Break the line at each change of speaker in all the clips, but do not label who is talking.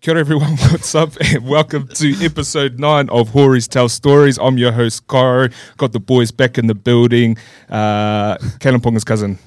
Kia ora everyone, what's up? And welcome to episode nine of Hori's Tell Stories. I'm your host, Caro. Got the boys back in the building. Uh, Kalen Ponga's cousin,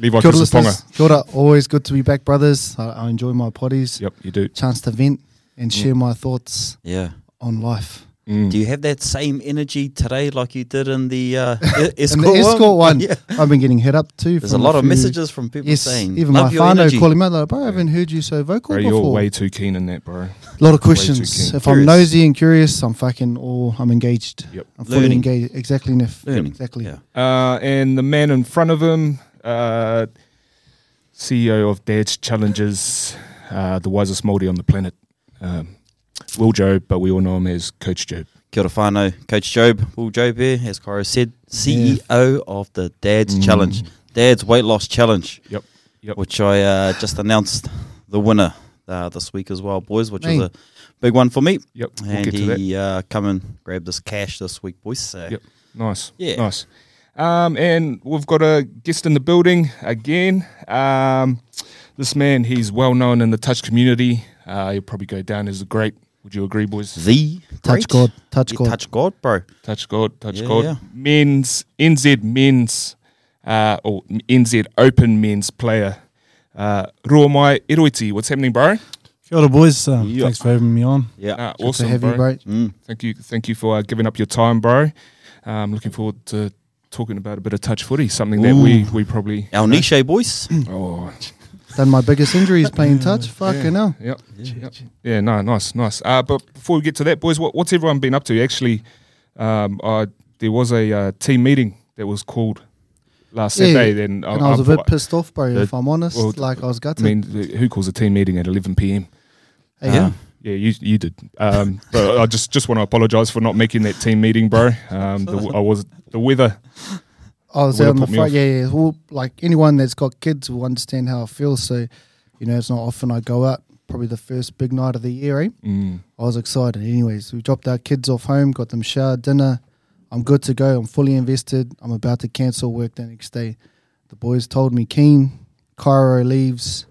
Levi
Kia ora,
Ponga.
listeners. Kia ora. Always good to be back, brothers. I, I enjoy my potties.
Yep, Mm. you do.
Chance to vent and share my thoughts
Yeah.
on life.
Do you have that same energy today like you did in the uh, e-
And
escort,
the escort one,
Yeah.
I've been getting hit up too.
There's a
from
lot of
few-
messages from people
Yes,
saying,
even
love
my
your
whano
energy.
calling me out, like, bro, I haven't heard you so vocal
Bro,
before.
you're way too keen in that, bro.
a lot of
way
questions.
too
If I'm
Curious.
nosy and curious, I'm fucking all. I'm engaged.
Yep.
I'm fully
Learning.
engaged. Exactly, Niff.
Learning.
Exactly.
Yeah.
Uh, and the man in front of him, uh, CEO of Dad's Challenges, uh, the wisest Māori on the planet, um, Will Job, but we all know him as Coach Job.
Kia ora whānau, Coach Job, Will Job here, as Cairo said, CEO of the Dad's
Mm.
Challenge, Dad's Weight Loss Challenge,
Yep, yep.
which I uh, just announced the winner uh, this week as well, boys, which
Mate.
was a big one for me.
Yep, we'll
and
get to that.
he uh, come and grabbed this cash this week, boys. So
Yep. Nice.
Yeah.
Nice. Um, and we've got a guest in the building again. Um, this man, he's well known in the touch community. Uh, he'll probably go down as a great. Would you agree, boys?
the
Touch
great-
God. Touch
Yeah,
God.
touch God, bro.
Touch God, touch
Yeah,
God.
yeah.
Men's NZ men's uh, or NZ Open men's player. Uh, Ruamai Iroiti, what's happening, bro?
Kia ora, boys. Um,
Yeah.
Thanks for having me on.
Yeah,
Uh,
Good to
awesome,
have you,
bro.
bro.
Mm.
Thank you, thank you for uh, giving up your time, bro. Um, looking forward to talking about a bit of touch footy, something that we we probably
our niche, boys.
oh
Done my biggest injuries playing touch. Fucking hell.
Yep. Yep. Yeah, no, nice, nice. Uh, but before we get to that, boys, what, what's everyone been up to? Actually, um, I, there was a uh, team meeting that was called last
Yeah,
Saturday. Then
And I was a bit pissed off, bro.
the-
If I'm honest,
well,
like I was
I
gutted.
mean, who calls a team meeting at 11 p.m.?
Hey,
Yeah.
Yeah, you you did. Um, but I just just want to apologise for not making that team meeting, bro. Um, the, I was the weather.
I was
uh, Would
out
have
on the
put me
front.
off.
Yeah, yeah. Well, like anyone that's got kids will understand how I feel. So, you know, it's not often I go out. Probably the first big night of the year. Eh?
Mm,
I was excited. Anyways, we dropped our kids off home, got them shower, dinner. I'm good to go. I'm fully invested. I'm about to cancel work the next day. The boys told me keen. Cairo leaves.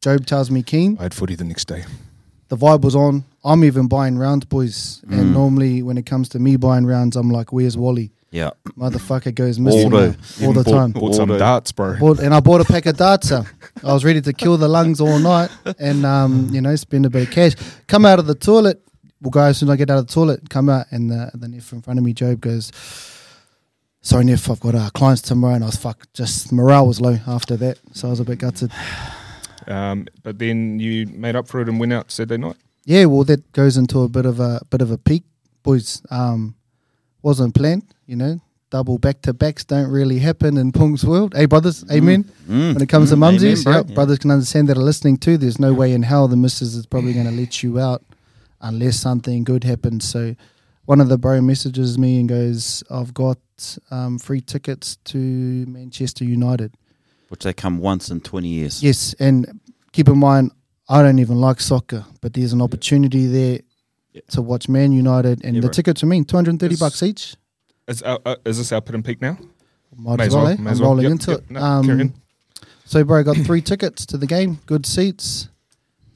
Job tells me keen.
I had footy the next day.
The vibe was on. I'm even buying rounds, boys. And
Mm.
normally, when it comes to me buying rounds, I'm like, "Where's Wally?"
Yeah,
Motherfucker goes missing
Aldo.
now, all the time.
Bought some
Order.
darts, bro.
Bought, and I bought a pack of darts. uh, I was ready to kill the lungs all night and, um, you know, spend a bit of cash. Come out of the toilet. Well, guys, as soon as I get out of the toilet, come out, and the, the Neff in front of me, Job, goes, Sorry, Neff, I've got uh, clients tomorrow. And I was, fuck, just morale was low after that. So I was a bit gutted.
Um, but then you made up for it and went out Saturday night.
Yeah, well, that goes into a bit of a bit of a peak, boys. Um, wasn't planned, you know. Double back to backs don't really happen in Pong's world. Hey, brothers, amen.
Mm.
When it comes to
Mm.
mumsies,
Amen, bro.
yep,
Yeah.
brothers can understand that are listening too. There's no way in hell the missus is probably going to let you out unless something good happens. So, one of the bro messages me and goes, "I've got um, free tickets to Manchester United."
which they come once in twenty years.
Yes, and keep in mind, I don't even like soccer, but there's an opportunity there
Yeah.
to watch Man United, and
Yeah,
the
bro.
tickets are mean, 230
Yes.
bucks each.
Is, uh, uh, is this our pit and peak now?
Might
May
as
as
well,
well,
eh?
may
I'm
as well.
rolling
Yep,
into
yep,
it. Um,
no, carry on.
so, bro, I got three tickets to the game, good seats.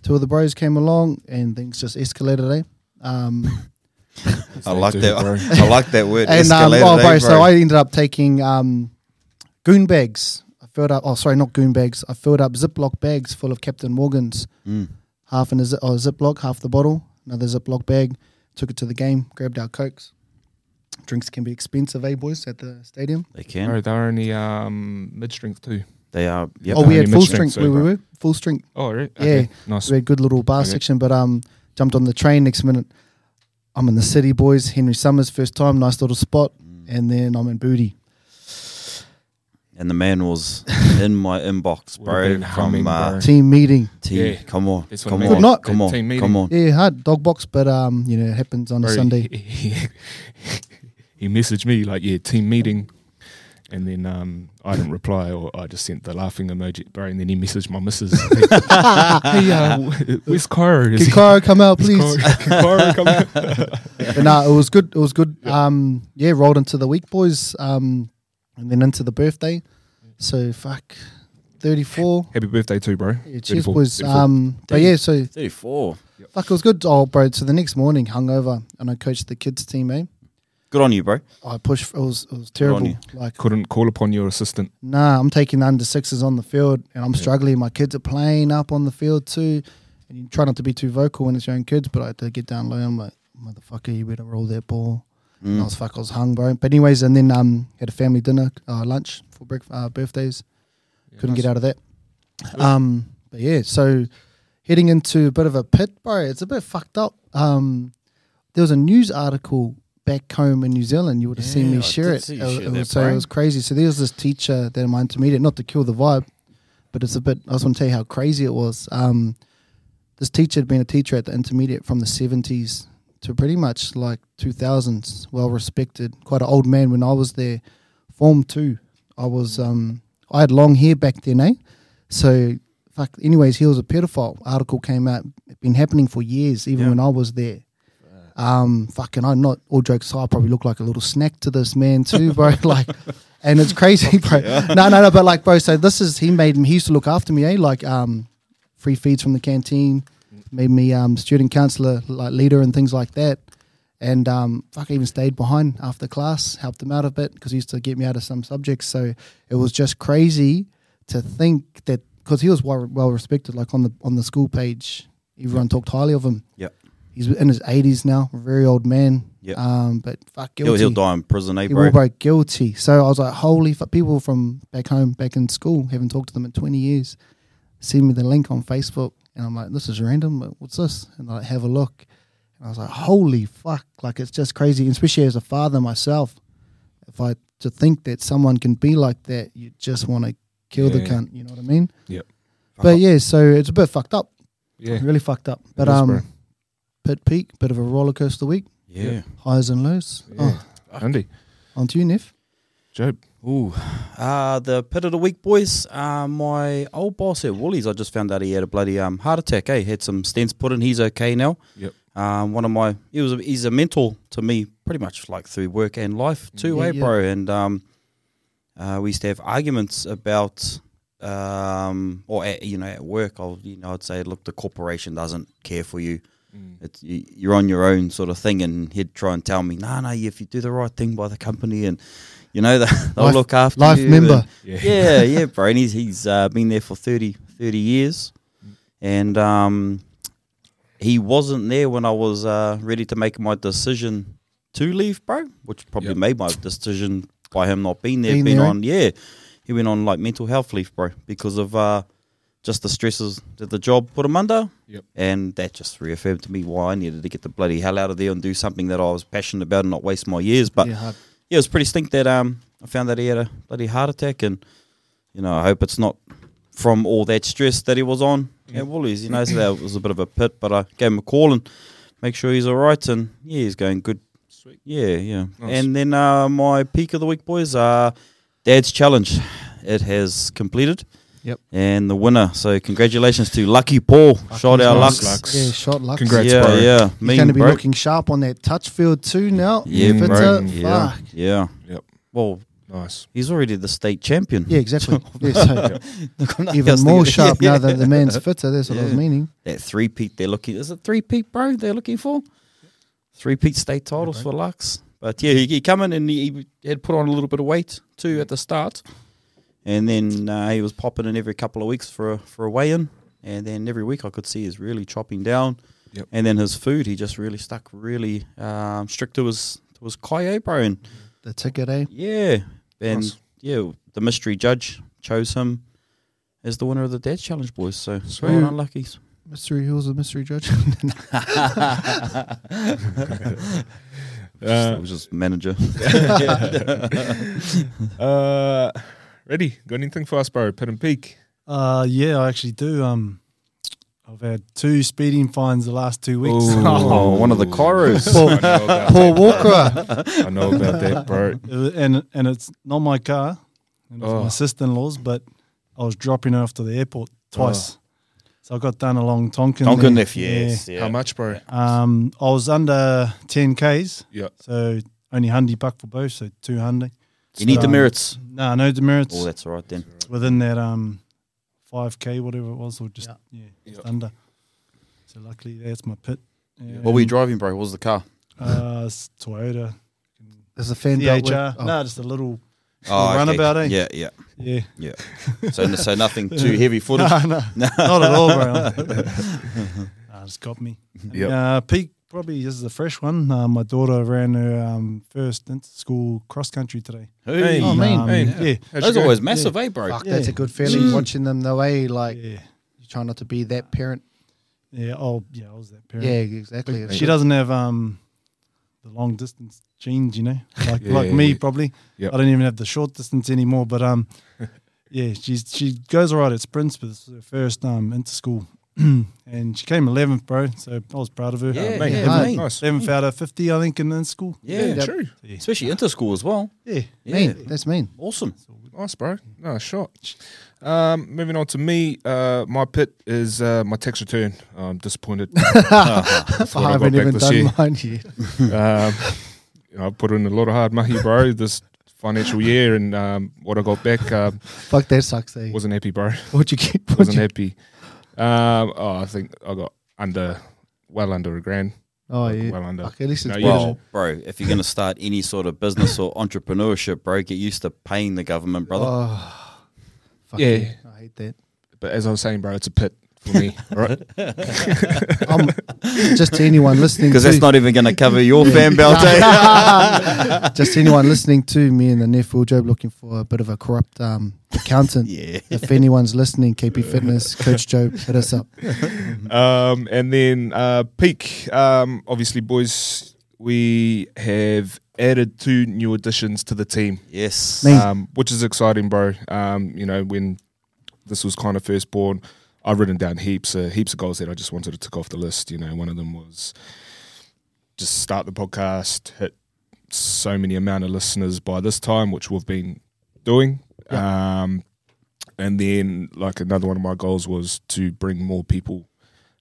Two of the bros came along, and things just escalated, eh? Um,
I like
Dude,
that.
bro.
I like that word.
and, um,
Escalated,
oh,
eh,
bro, so I ended up taking um, goon bags. I filled up, oh, sorry, not goon bags. I filled up Ziploc bags full of Captain Morgan's.
Mm.
half in a, zi- oh, a Ziploc, half the bottle, another Ziploc bag. Took it to the game, grabbed our Cokes. Drinks can be expensive, eh, boys, at the stadium?
They can.
No, they're only um, mid strength too.
They are. Yep.
oh, we
only
had full
mid-strength,
strength.
so
We, we
bro.
were full strength.
Oh, right.
Yeah.
Nice.
We had good little bar
Okay.
section, but um, jumped on the train next minute. I'm in the city, boys. Henry Summers, first time, nice little spot.
Mm.
And then I'm in Booty.
and the man was in my inbox,
Would've been
bro.
humming,
From uh,
bro.
Team meeting.
T.
Yeah.
Come on.
That's what
Come
I
on.
mean.
Good night.
Come on.
Team meeting.
Come on.
Yeah, hard dog box, but um, you know, it happens on a
Bro,
Sunday.
He, he- he messaged me like, "Yeah, team meeting," and then um, I didn't reply, or I just sent the laughing emoji, bro. And then he messaged my missus, "Hey, hey, uh, wh- where's Cairo? Is
Can
he-
Cairo come out,
is
please?
Cairo- can Cairo come out?
but no, it was good. It was good. Um, yeah, rolled into the week, boys, um, and then into the birthday. So fuck, thirty four.
Happy birthday too, bro.
Yeah, cheers,
Beautiful,
boys.
beautiful.
Um, but yeah, so
Thirty-four.
Yep.
Fuck, it was good. Oh, bro. So the next morning, hungover, and I coached the kids' team. Eh?
Good on you, bro.
I pushed. It was it was
on
terrible.
you.
Like,
Couldn't call upon your assistant.
nah, I'm taking the under sixes on the field, and I'm struggling. My kids are playing up on the field too, and you try not to be too vocal when it's your own kids. But I had to get down low. I'm like, motherfucker, you better roll that ball.
Mm.
And I was fuck, I was hung, bro. But anyways, and then um, had a family dinner, uh, lunch for break, uh, birthdays. Couldn't get out of that. Um, but yeah, so heading into a bit of a pit, bro. It's a bit fucked up. Um, there was a news article back home in New Zealand. You would have seen
Yeah,
me
I
share
did
it.
see you
It was-
share
it
that,
was- so it
bro.
was crazy. So there was this teacher that my intermediate, not to kill the vibe, but it's a bit. I just want to tell you how crazy it was. Um, this teacher had been a teacher at the intermediate from the seventies to pretty much like two thousands. Well respected, quite an old man when I was there. Form two, I was um, I had long hair back then, eh? So fuck. Anyways, he was a pedophile. Article came out. It been happening for years, even
Yeah.
when I was there. Um, fucking, I'm not all jokes aside. I probably look like a little snack to this man too, bro. like, and it's crazy, bro. No, no, no, but like, bro. So this is he made me. He used to look after me, eh? Like, um, free feeds from the canteen, made me um student counselor, like leader and things like that. And um, fuck, I even stayed behind after class, helped him out a bit because he used to get me out of some subjects. So it was just crazy to think that because he was well, well respected, like on the on the school page, everyone talked highly of him.
Yep.
He's in his eighties now, very old man.
Yep.
Um, but fuck,
He'll,
guilty.
he'll die in prison, eh,
He
bro?
will, bro, guilty. So I was like, holy fuck, people from back home, back in school, haven't talked to them in 20 years, send me the link on Facebook. And I'm like, this is random. but What's this? And I like, have a look. And I was like, holy fuck. Like, it's just crazy. And especially as a father myself, if I to think that someone can be like that, you just want to kill the
Yeah.
cunt. You know what I mean?
Yep.
But yeah, so it's a bit fucked up.
Yeah.
Really fucked up. But
is, bro.
um, pit peak, bit of a roller coaster week,
Yeah.
highs and lows.
Yeah. Andy,
Oh, on to you, Neff.
Job.
Ooh. Uh, the pit of the week, boys. Uh, my old boss at Woolies, I just found out he had a bloody um, heart attack, eh? Had some stents put in. He's okay now.
Yep.
Um, one of my, he was, a, he's a mentor to me pretty much like through work and life too,
Yeah,
eh,
yeah.
bro? And um, uh, we used to have arguments about, um, or at, you know, at work, I'll, you know, I'd say, look, the corporation doesn't care for you.
Mm.
It's you, you're on your own sort of thing, and he'd try and tell me, no, no, if you do the right thing by the company, and you know, the, they'll
Life-
look after
life
you.
member.
and- yeah, yeah, bro. And he's, he's uh, been there for 30, 30 years.
Mm.
And um, he wasn't there when I was uh, ready to make my decision to leave, bro, which probably
Yep.
made my decision by him not being there,
Being
being,
there, eh?
on, yeah. He went on like mental health leave, bro, because of uh, just the stresses that the job put him under.
Yep.
And that just reaffirmed to me why I needed to get the bloody hell out of there and do something that I was passionate about and not waste my years. But
yeah, hard.
yeah, it was pretty stink that um I found that he had a bloody heart attack, and you know I hope it's not from all that stress that he was on at Woolies. You know, so that was a bit of a pit, but I gave him a call and make sure he's all right, and yeah, he's going good.
Sweet.
Yeah, yeah.
Nice.
And then uh, my peak of the week, boys, uh, Dad's challenge. It has completed.
Yep.
And the winner. So congratulations to Lucky Paul. Shout out
Lux.
Lux.
Lux.
Yeah, shot luck.
Congrats.
yeah,
bro.
yeah.
He's
Mean,
going to be
bro.
looking sharp on that touch field too now.
Yeah,
If it's
bro.
a-
Yeah.
fuck.
Yeah.
Yep.
Well,
Nice.
he's already the state champion.
Yeah, exactly. Yeah, so even
Yes,
more
yeah,
sharp
yeah.
now that the man's fitter. That's what I was
Yeah.
meaning.
That three peat they're looking is it three peat, bro? They're looking for three peat state titles for Lux. But yeah, he, he come in and he, he had put on a little bit of weight too at the start, and then uh, he was popping in every couple of weeks for a, for a weigh in, and then every week I could see he's really chopping down.
Yep.
And then his food, he just really stuck really um, strict to his to his Kaio, bro, and
The ticket, eh?
yeah, and
Nice.
yeah, the mystery judge chose him as the winner of the Dad's Challenge, boys. So
Sweet.
well, unlucky.
Mystery Who was the mystery judge?
Just-
Uh,
it was just manager.
Uh, ready? Got anything for us, bro? Pit and peak.
Uh, yeah, I actually do. Um, I've had two speeding fines the last two weeks.
Ooh.
Oh, one of the Kairos.
I know about
Paul
that.
Walker.
I know about that, bro.
It wa- Uh, and and it's not my car, and it's
Oh.
my sister-in-law's, but I was dropping her off to the airport twice. So I got done along Tonkin.
Oh. Tonkin
there.
Lift, yes. Yeah.
How much, bro?
Yeah. Um, I was under 10Ks,
Yeah.
so only hundy buck for both, so two hundy.
You need
Um,
demerits.
No, no demerits
Oh, that's all right then.
within that um, 5K, whatever it was, or just, yeah, just
Yeah.
under. So luckily, that's my pit.
What were you driving, bro? What was the car?
Uh, it's Toyota.
There's a fan belt. with-
DHR.
oh,
No, just a little.
Oh,
runabout, eh?
Yeah, yeah.
Yeah.
So, so nothing too heavy footed.
no, no, not at all, bro. nah, just got me.
Yep.
Uh, peak probably this is a fresh one. Uh, my daughter ran her um, first inter-school cross country today.
Hey,
Oh, mean.
Um,
Hey.
yeah,
How'd you
those
go?
are always massive, eh, bro?
Fuck,
Yeah.
that's a good feeling
Mm.
watching them the way like
yeah,
you try not to be that parent.
yeah. Oh, yeah, I was that parent.
Yeah, exactly.
She doesn't have um the long distance genes, you know, like
Yeah,
like
yeah,
me
yeah.
probably.
Yep.
I don't even have the short distance anymore. But um, yeah, she's she goes all right at sprints, but this was her first um inter school, and she came eleventh, bro. So I was proud of her.
Yeah,
Mate,
yeah,
nice,
mate.
nice.
Eleventh out of fifty, I think, in inter school.
Yeah,
Yeah,
Yeah.
true.
especially inter school as well.
Yeah,
Yeah,
mean. That's mean.
awesome.
Nice, bro. Nice shot. Um, moving on to me, uh, my pit is uh, my tax return. I'm disappointed. That's
I
what I got
haven't
back
even
this
done
year.
mine yet.
um, you know, I put in a lot of hard money, bro, this financial year, and um, what I got back um,
Fuck that sucks. Eh?
wasn't happy, bro.
What'd you get? What'd
Wasn't
you,
happy. Um, oh, I think I got under, well under a grand.
oh
Like,
yeah.
well under.
Fuck, at least it's
No, you
better
didn't.
than-
Well, bro, if you're going to start any sort of business or entrepreneurship, bro, get used to paying the government, brother.
Oh, fuck
Yeah.
yeah. I hate that.
But as I was saying, bro, it's a pit for me. all right?
Um, just to anyone listening,
Because that's
too-
not even going to cover your fan belt, eh?
just to anyone listening to me and the nephew Job looking for a bit of a corrupt um, accountant.
Yeah.
If anyone's listening, KP Fitness, Coach Job, hit us up. Mm-hmm.
Um, and then uh, peak. Um, obviously, boys, we have added two new additions to the team,
Yes.
Mate.
um, which is exciting, bro. Um, you know, when this was kind of first born, I've written down heaps, uh, heaps of goals that I just wanted to tick off the list. You know, one of them was just start the podcast, hit so many amount of listeners by this time, which we've been doing. Um, and then, like another one of my goals was to bring more people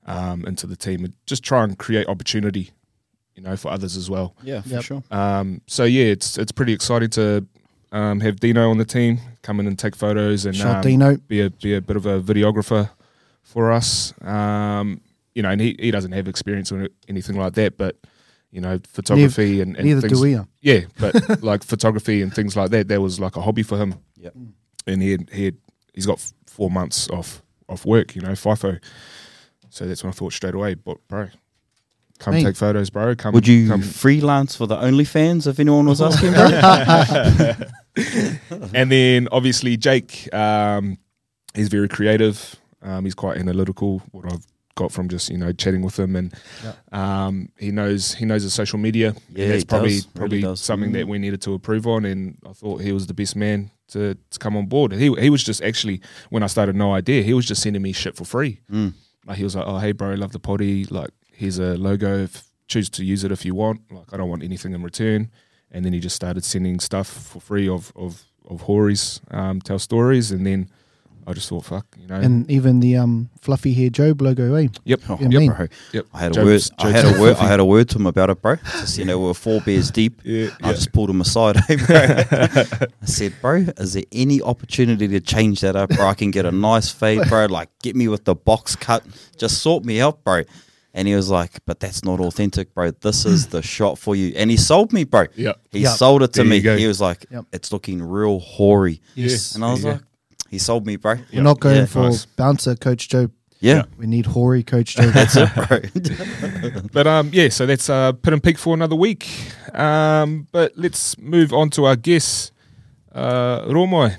um, into the team and just try and create opportunity, you know, for others as well.
Yeah, for
Yep.
sure.
Um, so yeah, it's it's pretty exciting to um, have Dino on the team, come in and take photos and
Shot
um,
Dino.
be a be a bit of a videographer for us. Um, you know, and he, he doesn't have experience or anything like that, but you know, photography and, and
Neither
things
do we. uh.
yeah, but like photography and things like that, that was like a hobby for him.
Yep.
and he had, he had, he's got f- four months off off work, you know, FIFO. So that's when I thought straight away, but bro, come
Mate.
take photos, bro. Come,
Would you
Come.
freelance for the OnlyFans if anyone was asking? bro?
And then obviously Jake, um, he's very creative. Um, he's quite analytical. What I've got from just you know chatting with him, and
Yeah.
um, he knows he knows his social media.
Yeah,
and that's
he
probably
does. Really
probably
does.
something
Mm.
that we needed to approve on. And I thought he was the best man to, to come on board. He he was just actually when I started no idea, he was just sending me shit for free.
Mm.
Like he was like, oh hey bro, love the potty. Like here's a logo. If, choose to use it if you want. Like I don't want anything in return. And then he just started sending stuff for free of of of Hori's um, tell stories. And then I just thought, fuck, you know.
And even the um, fluffy hair Job logo, eh?
yep.
Oh,
Yeah, mean.
bro.
Yep.
I had a word.
Jokes-
I
jokes
had a
are
word.
filthy.
I had a word to him about it, bro. Just, you know, we are four beers deep.
Yeah,
I just pulled him aside, hey, bro. I said, bro, is there any opportunity to change that up, bro? I can get a nice fade, bro. Like, get me with the box cut. Just sort me out, bro. And he was like, but that's not authentic, bro. This is the shot for you. And he sold me, bro.
Yeah.
He
Yep.
sold it to
There you
me.
go.
He was like,
Yep.
it's looking real hoary.
Yes.
And I was
There you
like, he sold me, bro.
We're not going
Yeah.
for
Nice.
bouncer, Coach Job.
Yeah.
We need hoary, Coach Job.
That's it, bro.
But um, yeah, so that's uh, pit and peak for another week. Um, but let's move on to our guest, uh, Romoi,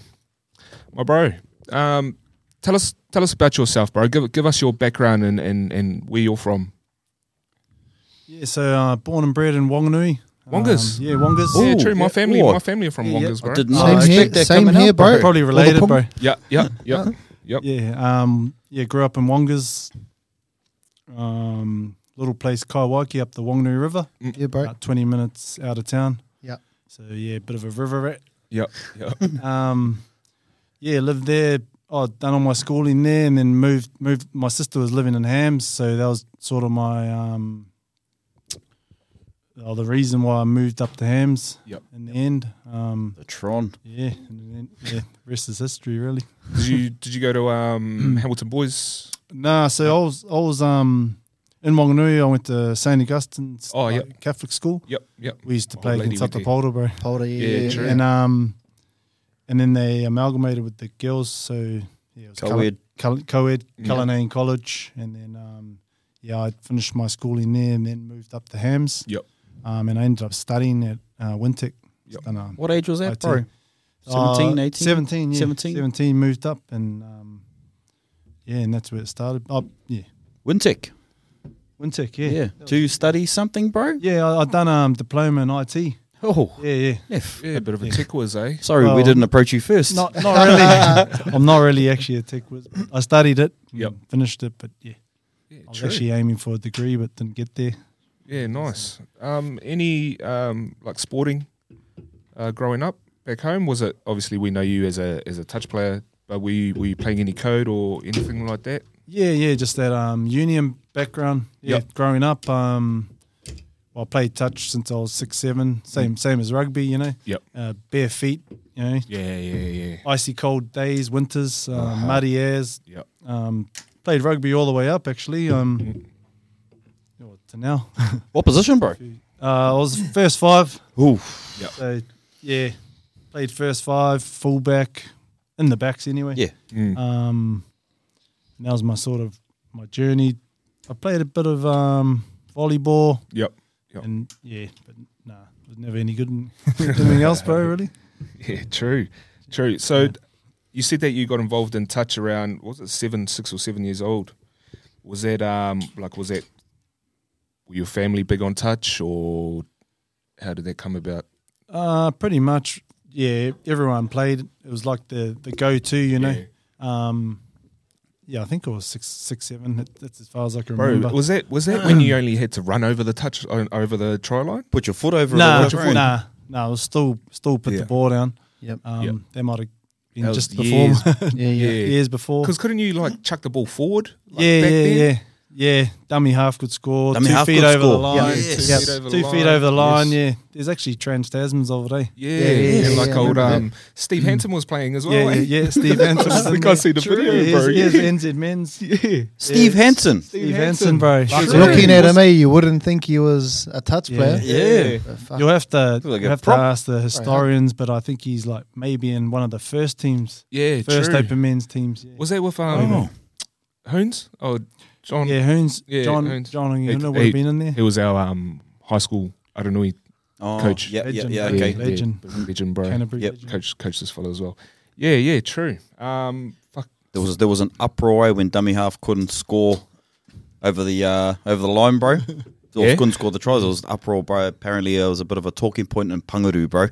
my bro. Um, tell us tell us about yourself, bro. Give give us your background and and, and where you're from.
yeah. So uh, born and bred in Whanganui.
Wongas?
Um, yeah, Wongas.
yeah,
Ooh,
true. My
yeah.
family,
Ooh, I-
my family are from
Yeah, yeah.
Wongas,
I
bro.
did
Same
not
here-
expect that
same
coming
here,
out,
bro.
Probably
All the
related,
pom-
bro.
Yeah, yeah, yeah, yep.
Yeah, um, yeah, grew up in Wongas, um, little place Kaiwaki up the Whanganui River,
yeah, bro.
about twenty minutes out of town.
Yeah.
So yeah, bit of a river rat.
yep, yep.
Um, yeah, lived there. Oh, done all my schooling there, and then moved. Moved. My sister was living in Hams, so that was sort of my um, oh, the reason why I moved up to Hams.
Yep.
In the end, um,
The Tron.
yeah, and then, yeah. Rest is history, really.
Did you did you go to um, Hamilton Boys?
Nah, so I was I was um in Whanganui, I went to St. Augustine's
Oh,
like,
yeah.
Catholic school.
Yep, yep.
We used to
My
play
old lady
against
went
Upper Polder, bro.
Polder, yeah,
Yeah, true.
And, um, and then they amalgamated with the girls. So, yeah, it was colour-
Co-ed.
Cal- co-ed,
Yeah.
Cullinan College, and then um, yeah, I finished my schooling there, and then moved up to Hams.
Yep.
Um, and I ended up studying at uh, Wintec.
Yep.
Done, um,
What age was that,
IT.
bro?
uh,
17, 18?
17, yeah,
17?
17, Moved up, and um, yeah, and that's where it started. Oh, yeah,
Wintec.
Wintec,
Yeah.
yeah, yeah.
To study something, bro?
I, I done um diploma in IT. Yeah,
Oh,
yeah.
yeah.
Yeah, a bit of a tech was, eh?
Sorry, we
Well,
didn't approach you first.
Not not really. I'm not really actually a tech. whiz. I studied it.
Yep.
Finished it, but yeah,
Yeah,
I was
true.
actually aiming for a degree, but didn't get there.
Yeah, nice. Um, any um, like sporting uh, growing up back home? Was it obviously we know you as a as a touch player, but were you, were you playing any code or anything like that?
Yeah, yeah, just that um, union background. Yeah,
Yep.
growing up, um, well, I played touch since I was six, seven. Same,
Mm.
same as rugby, you know.
Yep.
Uh, bare feet, you know.
Yeah, yeah, yeah.
Icy cold days, winters, um,
Uh-huh.
muddy airs.
Yep.
Um, played rugby all the way up, actually. Um,
Mm.
oh, to now,
What position, bro?
uh, I was first five.
Ooh.
Yep.
So yeah, played first five, fullback, in the backs anyway.
Yeah.
Mm.
Um, and that was my sort of my journey. I played a bit of um, volleyball,
Yep. Yep.
and yeah, but nah, was never any good in anything else, bro. Really,
Yeah, true, true. So d- you said that you got involved in touch around was it seven, six or seven years old? Was that um like was that were your family big on touch or how did that come about?
uh, pretty much. Yeah, everyone played. It was like the the go to, you know. Um, yeah, I think it was six, six, seven. That- That's as far as I can
Bro,
remember.
was that was that when you only had to run over the touch o- over the try line?
Put your foot over
nah,
it.
nah, nah, I was still still put
Yeah.
the ball down.
Yep.
Um,
Yep.
They might have been
That was
just before
years-
yeah, yeah.
Yeah.
years before.
Because couldn't you like chuck the ball forward? Like
yeah,
back
yeah,
then?
yeah, yeah. Dummy half could score.
Dummy
two
half
feet
could
over the
score.
line.
Yeah,
Two,
yes.
yep.
Two feet over the
Two feet
line,
over the line.
yes.
Yeah, there's actually trans Tasmans over there.
Yeah,
Yeah, yeah,
yeah,
yeah,
like
yeah,
old
I remember
um, Steve Hansen was playing as well.
Mm. yeah,
eh?
yeah, yeah. Steve Hansen. was
I
in
think I
there.
see the
True,
video,
yeah,
bro.
Here's, here's NZ men's.
yeah.
Steve
Yeah.
Hansen.
Steve Hansen, bro.
Fuck,
Shit.
Yeah.
Looking at
eh?
me, you wouldn't think he was a touch
Yeah.
player.
Yeah.
But fuck.
You'll have to
Like a
you'll have to
prop.
ask the historians, but I think he's like maybe in one of the first teams,
Yeah,
first
true.
open men's teams. Yeah,
Was that with um, Hoons? Oh, John.
yeah Hoons,
Yeah,
John,
Hoons.
John, and
Hey,
you know
hey,
would have been in there.
He was our um, high school. I don't know. He,
Oh,
Coach.
Yeah, yeah,
Legend,
yeah.
bro.
Okay.
yeah,
legend.
yeah, legend, bro.
Canterbury.
Yep.
legend.
Coach, coach this fellow as well. Yeah, yeah, true. Um, fuck.
There was there was an uproar when dummy half couldn't score over the uh, over the line, bro. Or
Yeah.
couldn't score the tries. It was an uproar, bro. Apparently, it was a bit of a talking point in Pangaroo, bro.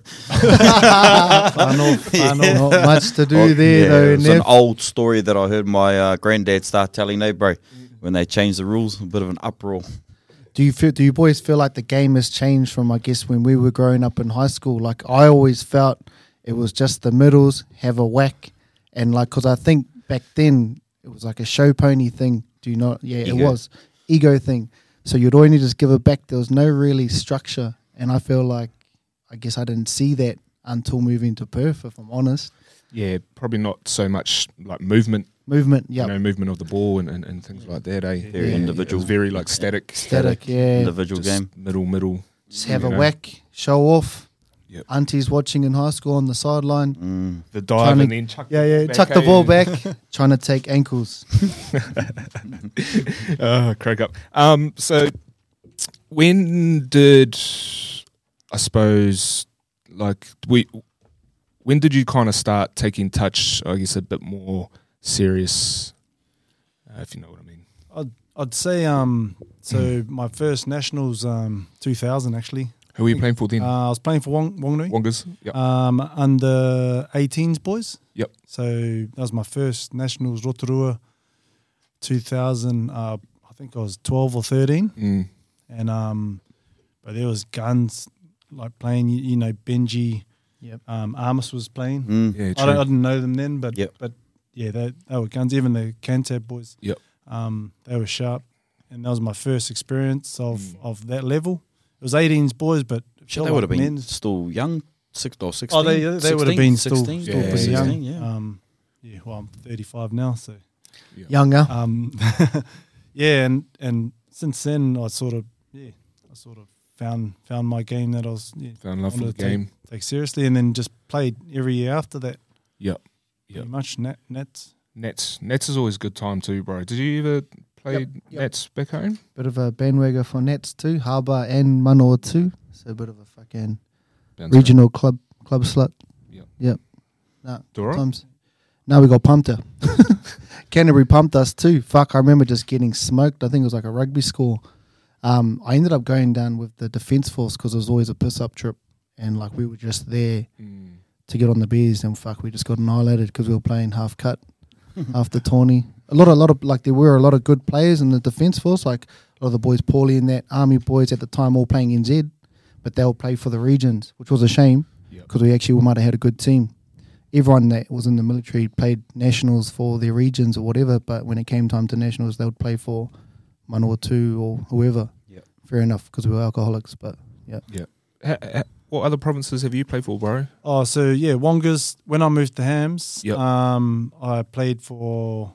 Far north, far
Not
north.
much to do
Oh,
there,
yeah,
though.
It was an
Nev.
old story that I heard my uh, granddad start telling, eh, bro. When they changed the rules, a bit of an uproar.
Do you feel? Do you boys feel like the game has changed from, I guess, when we were growing up in high school? Like I always felt it was just the middles have a whack, and like because I think back then it was like a show pony thing. Do you not? Yeah, it
Ego.
was ego thing. So you'd only just give it back. There was no really structure, and I feel like I guess I didn't see that until moving to Perth. If I'm honest,
Yeah, probably not so much like movement.
movement, yeah,
You know, movement of the ball and, and, and things like that. Eh?
Very
Yeah,
individual.
it was very like static.
static, yeah,
Individual
Just
game.
Middle, middle.
just have
you
a
know.
whack, show off.
Yep.
Auntie's watching in high school on the sideline.
Mm.
The
Trying
dive
to-
and then chuck.
Yeah, yeah.
back,
Tuck the
eh?
ball back, trying to take ankles.
Oh, crack up. Um, so when did I suppose like we when did you kind of start taking touch? I guess a bit more serious, uh, if you know what I mean.
I'd, I'd say um so my first nationals um 2000 actually
Who were you playing for then?
uh, I was playing for Wong Wongnui
Wongas. Yep.
um under 18s boys
Yep.
so that was my first nationals Rotorua 2000 uh, I think I was 12 or 13
Mm.
and um but there was guns like playing you, you know Benji
Yep.
um Armis was playing
Mm.
Yeah. True.
I, don't, I didn't know them then, but
Yep.
but yeah, they, they were guns. Even the Cantab boys,
Yep.
um, they were sharp, and that was my first experience of,
Mm.
of that level. It was 18s boys, but it
Shit,
felt
they would have
like
been
men's.
still young, six or sixteen.
Oh, they they would
16,
have been still,
16,
still
yeah,
pretty
yeah,
young.
16, yeah.
Um, yeah, well, I'm 35 now, so
Yeah.
Younger.
um, yeah, and and since then, I sort of yeah, I sort of found found my game that I was yeah,
Found love for the
Wanted to take-
game.
take seriously, and then just played every year after that.
Yep.
Pretty
Yep.
much net nets.
Nets. Nets is always a good time too, bro. Did you ever play
Yep, yep.
Nets back home?
Bit of a bandwagon for Nets too, Harbour and Manoa too. So a bit of a fucking
Bounce around.
regional club club slut.
Dora?
Times. Now we got pumped. her. Canterbury pumped us too. Fuck, I remember just getting smoked. I think it was like a rugby score. Um, I ended up going down with the defence force because it was always a piss up trip, and like we were just there
Mm.
to get on the beers, and fuck, we just got annihilated because we were playing half cut after Tawny. A lot, a lot of like there were a lot of good players in the defence force, like a lot of the boys, Paulie and that army boys at the time, all playing NZ, but they all played for the regions, which was a shame
Yep.
because we actually we might have had a good team. Everyone that was in the military played nationals for their regions or whatever, but when it came time to nationals, they would play for one or two or whoever.
Yep.
Fair enough, because we were alcoholics, but
Ha- ha- what other provinces have you played for, bro?
Oh, so yeah, Wongas. When I moved to Hams,
Yep.
um, I played for.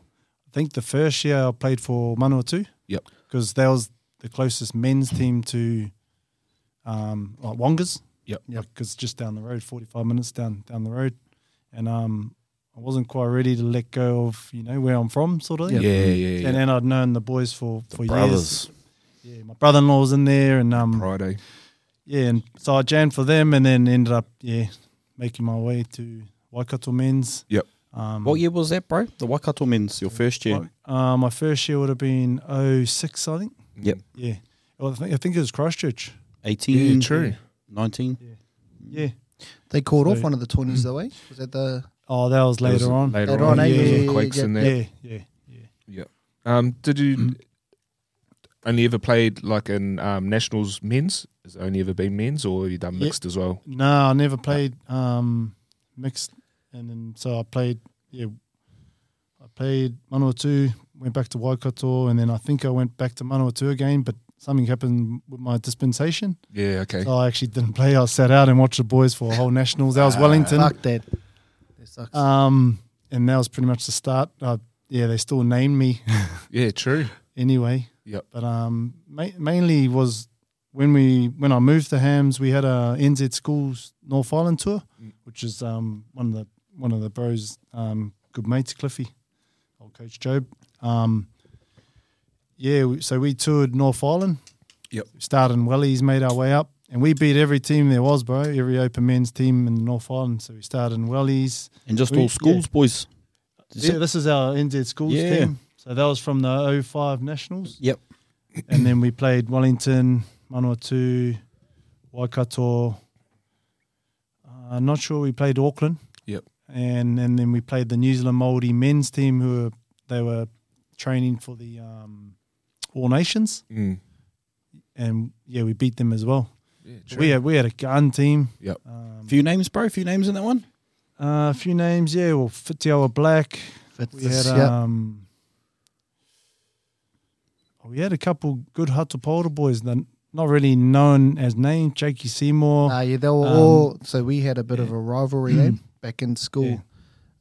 I think the first year I played for Manawatu.
Yep.
Because that was the closest men's team to, um, like Wongas.
Yep.
Yeah, because just down the road, forty-five minutes down down the road, and um, I wasn't quite ready to let go of you know where I'm from, sort of. thing.
Yeah, yeah, yeah.
And then I'd known the boys for for years.
brothers.
Yeah, my brother-in-law was in there, and um,
Friday.
yeah, and so I jammed for them, and then ended up yeah making my way to Waikato Men's.
Yep.
Um,
What year was that, bro? The Waikato Men's, your first year.
Uh, my first year would have been 06, I think.
Yep.
Yeah. Well, I think I think it was Christchurch.
18,
Yeah, true.
19.
Yeah.
they called off
So-
one of the tourneys though, eh? Was that the
Oh, that was later
It was
on.
Later,
Later
on,
on, eh?
yeah,
Yeah,
there was
yeah,
quakes
yeah,
in there.
yeah, yeah, yeah.
Um, did you
Mm.
only ever played like in um, nationals men's? Has it only ever been men's, or have you done
Yep.
mixed as well?
No, I never played um, mixed, and then so I played. Yeah, I played Manawatu, went back to Waikato, and then I think I went back to Manawatu again. But something happened with my dispensation,
Yeah, okay.
so I actually didn't play. I sat out and watched the boys for a whole nationals. That was Wellington.
Ah, fuck that? That sucks.
Um, and that was pretty much the start. Uh, yeah, they still named me
Yeah, true.
anyway.
Yep.
But um, ma- mainly was when we when I moved to Hams, we had a NZ Schools North Island tour,
Mm.
which is um one of the one of the bros um good mates Cliffy, old coach Job. Um, yeah, we, so we toured North Island.
Yep.
Started in Wellies, made our way up, and we beat every team there was, bro. Every open men's team in North Island. So we started in Wellies.
And just
We-
all schools, boys. Is
Yeah,
it?
this is our NZ schools
Yeah.
team. So that was from the 05 Nationals.
Yep.
and then we played Wellington, Manawatu, Waikato. Uh, not sure we played Auckland.
Yep.
And and then we played the New Zealand Māori men's team who were they were training for the um, All Nations
Mm.
and yeah, we beat them as well.
Yeah, true.
We had we had a gun team.
Yep.
Um,
Few names, bro. Few names in that one.
uh, a few names, yeah. Well, Fitioa Black,
But
We
this-
had
yeah.
um, we had a couple good Hatapolda boys that not really known as names. Jakey Seymour.
Nah, yeah, they were
Um,
all. So we had a bit
yeah. Mm.
of a rivalry eh, back in school.
Yeah.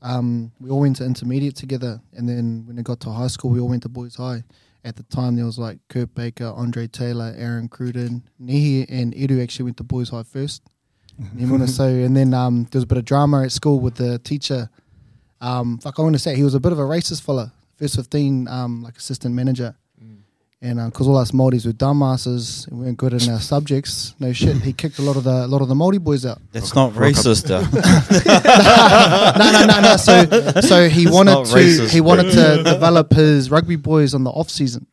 Um, we all went to intermediate together, and then when it got to high school, we all went to boys' high. At the time, there was like Kurt Baker, Andre Taylor, Aaron Cruden, Nihi, and Edu actually went to boys' high first. You wanna- so, and then um, there was a bit of drama at school with the teacher. Um, fuck, I want to say he was a bit of a racist fella. First fifteen, um, like assistant manager. and because all us Maldives were dumbasses and weren't good in our subjects, no shit, he kicked a lot of the a lot of the Maori boys out.
That's not racist, uh, though.
no, no, no, no. So, so he wanted
not
to
racist,
he
bro.
wanted to develop his rugby boys on the off season.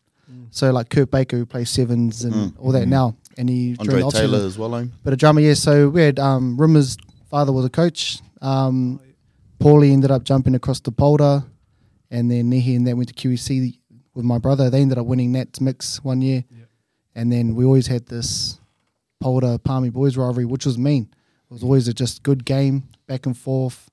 So like Kurt Baker who plays sevens and
Mm.
all that
Mhm.
now, and he
Andre
during the off
Taylor
season,
as well, eh?
bit of drama. uh, Yeah, so we had um, Rimmer's father was a coach. Um, Paulie ended up jumping across the boulder, and then Nehi and that went to QEC with my brother. They ended up winning that mix one year,
Yeah.
and then we always had this Polder Palmy boys rivalry, which was mean. It was always a just good game back and forth.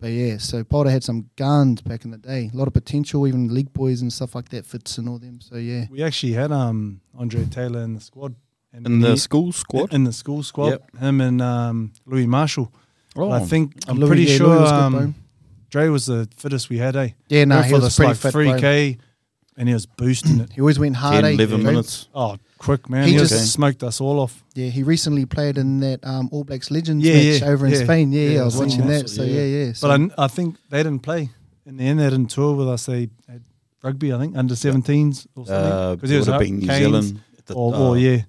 But yeah, so Polder had some guns back in the day, a lot of potential, even league boys and stuff like that, Fitz and all them. So yeah,
We actually had um Andre Taylor in the squad. And
In the
he-
school squad.
In the school squad. Him and um, Louis Marshall.
Oh.
I think I'm
Louis-
pretty
yeah,
sure
Louis was good, bro.
um, Dre was the fittest we had, eh?
yeah, no,
Went
he
for
was
this
pretty
like
fit, bro.
3K and he was boosting it.
He always went
10,
hard. eh?
11
James?
minutes.
Oh, quick man!
He
He, just
just-
smoked us all off.
Yeah, he recently played in that um, All Blacks Legends
Yeah,
match
yeah,
over in
yeah.
Spain. Yeah,
Yeah,
yeah, I
I
was
saw
watching
that,
that. So yeah,
yeah.
yeah. So
But I, I think they didn't play in the end. They didn't tour with us. They had rugby, I think, under 17s or something.
Uh,
'Cause he was
would have
out
been New
Canes
Zealand. at the-
or,
uh,
or yeah,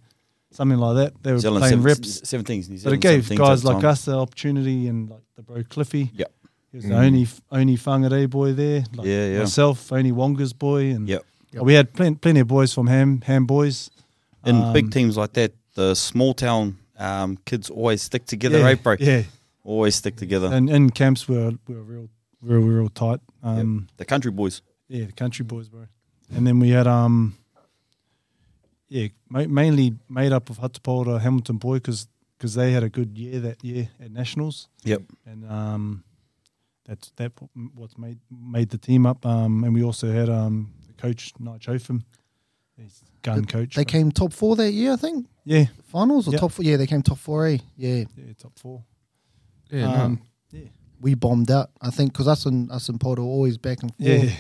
something like that. They were
New Zealand
playing
seven-
reps,
17s, New
but
Zealand
it gave
17s
guys
at the
like
time.
us the opportunity. And like the bro Cliffy,
Yep.
he was
Mm.
the only only whangarei boy there. Like
Yeah, yeah.
Myself, only Wonga's boy, and
Yep.
Yep.
we had plenty, plenty of boys from Ham Ham boys.
In big
Um,
teams like that, the small town um, kids always stick together,
yeah,
right, bro?
Yeah,
Always stick together.
and in camps we were we were real real real tight. Um,
the country boys.
Yeah, the country boys, bro. And then we had um, yeah, ma- mainly made up of Hatapora, Hamilton boy, because they had a good year that year at nationals,
Yep.
and um, that's that w- what's made made the team up. Um, and we also had um, the coach Nige Hofum, he's gun coach.
they
bro.
came top four that year, I think.
yeah,
Finals or
Yep.
top four? Yeah, they came top four. Eh? Yeah,
yeah, top four.
Yeah,
um,
we bombed out. I think because us and us and Porter were always back and forth.
yeah,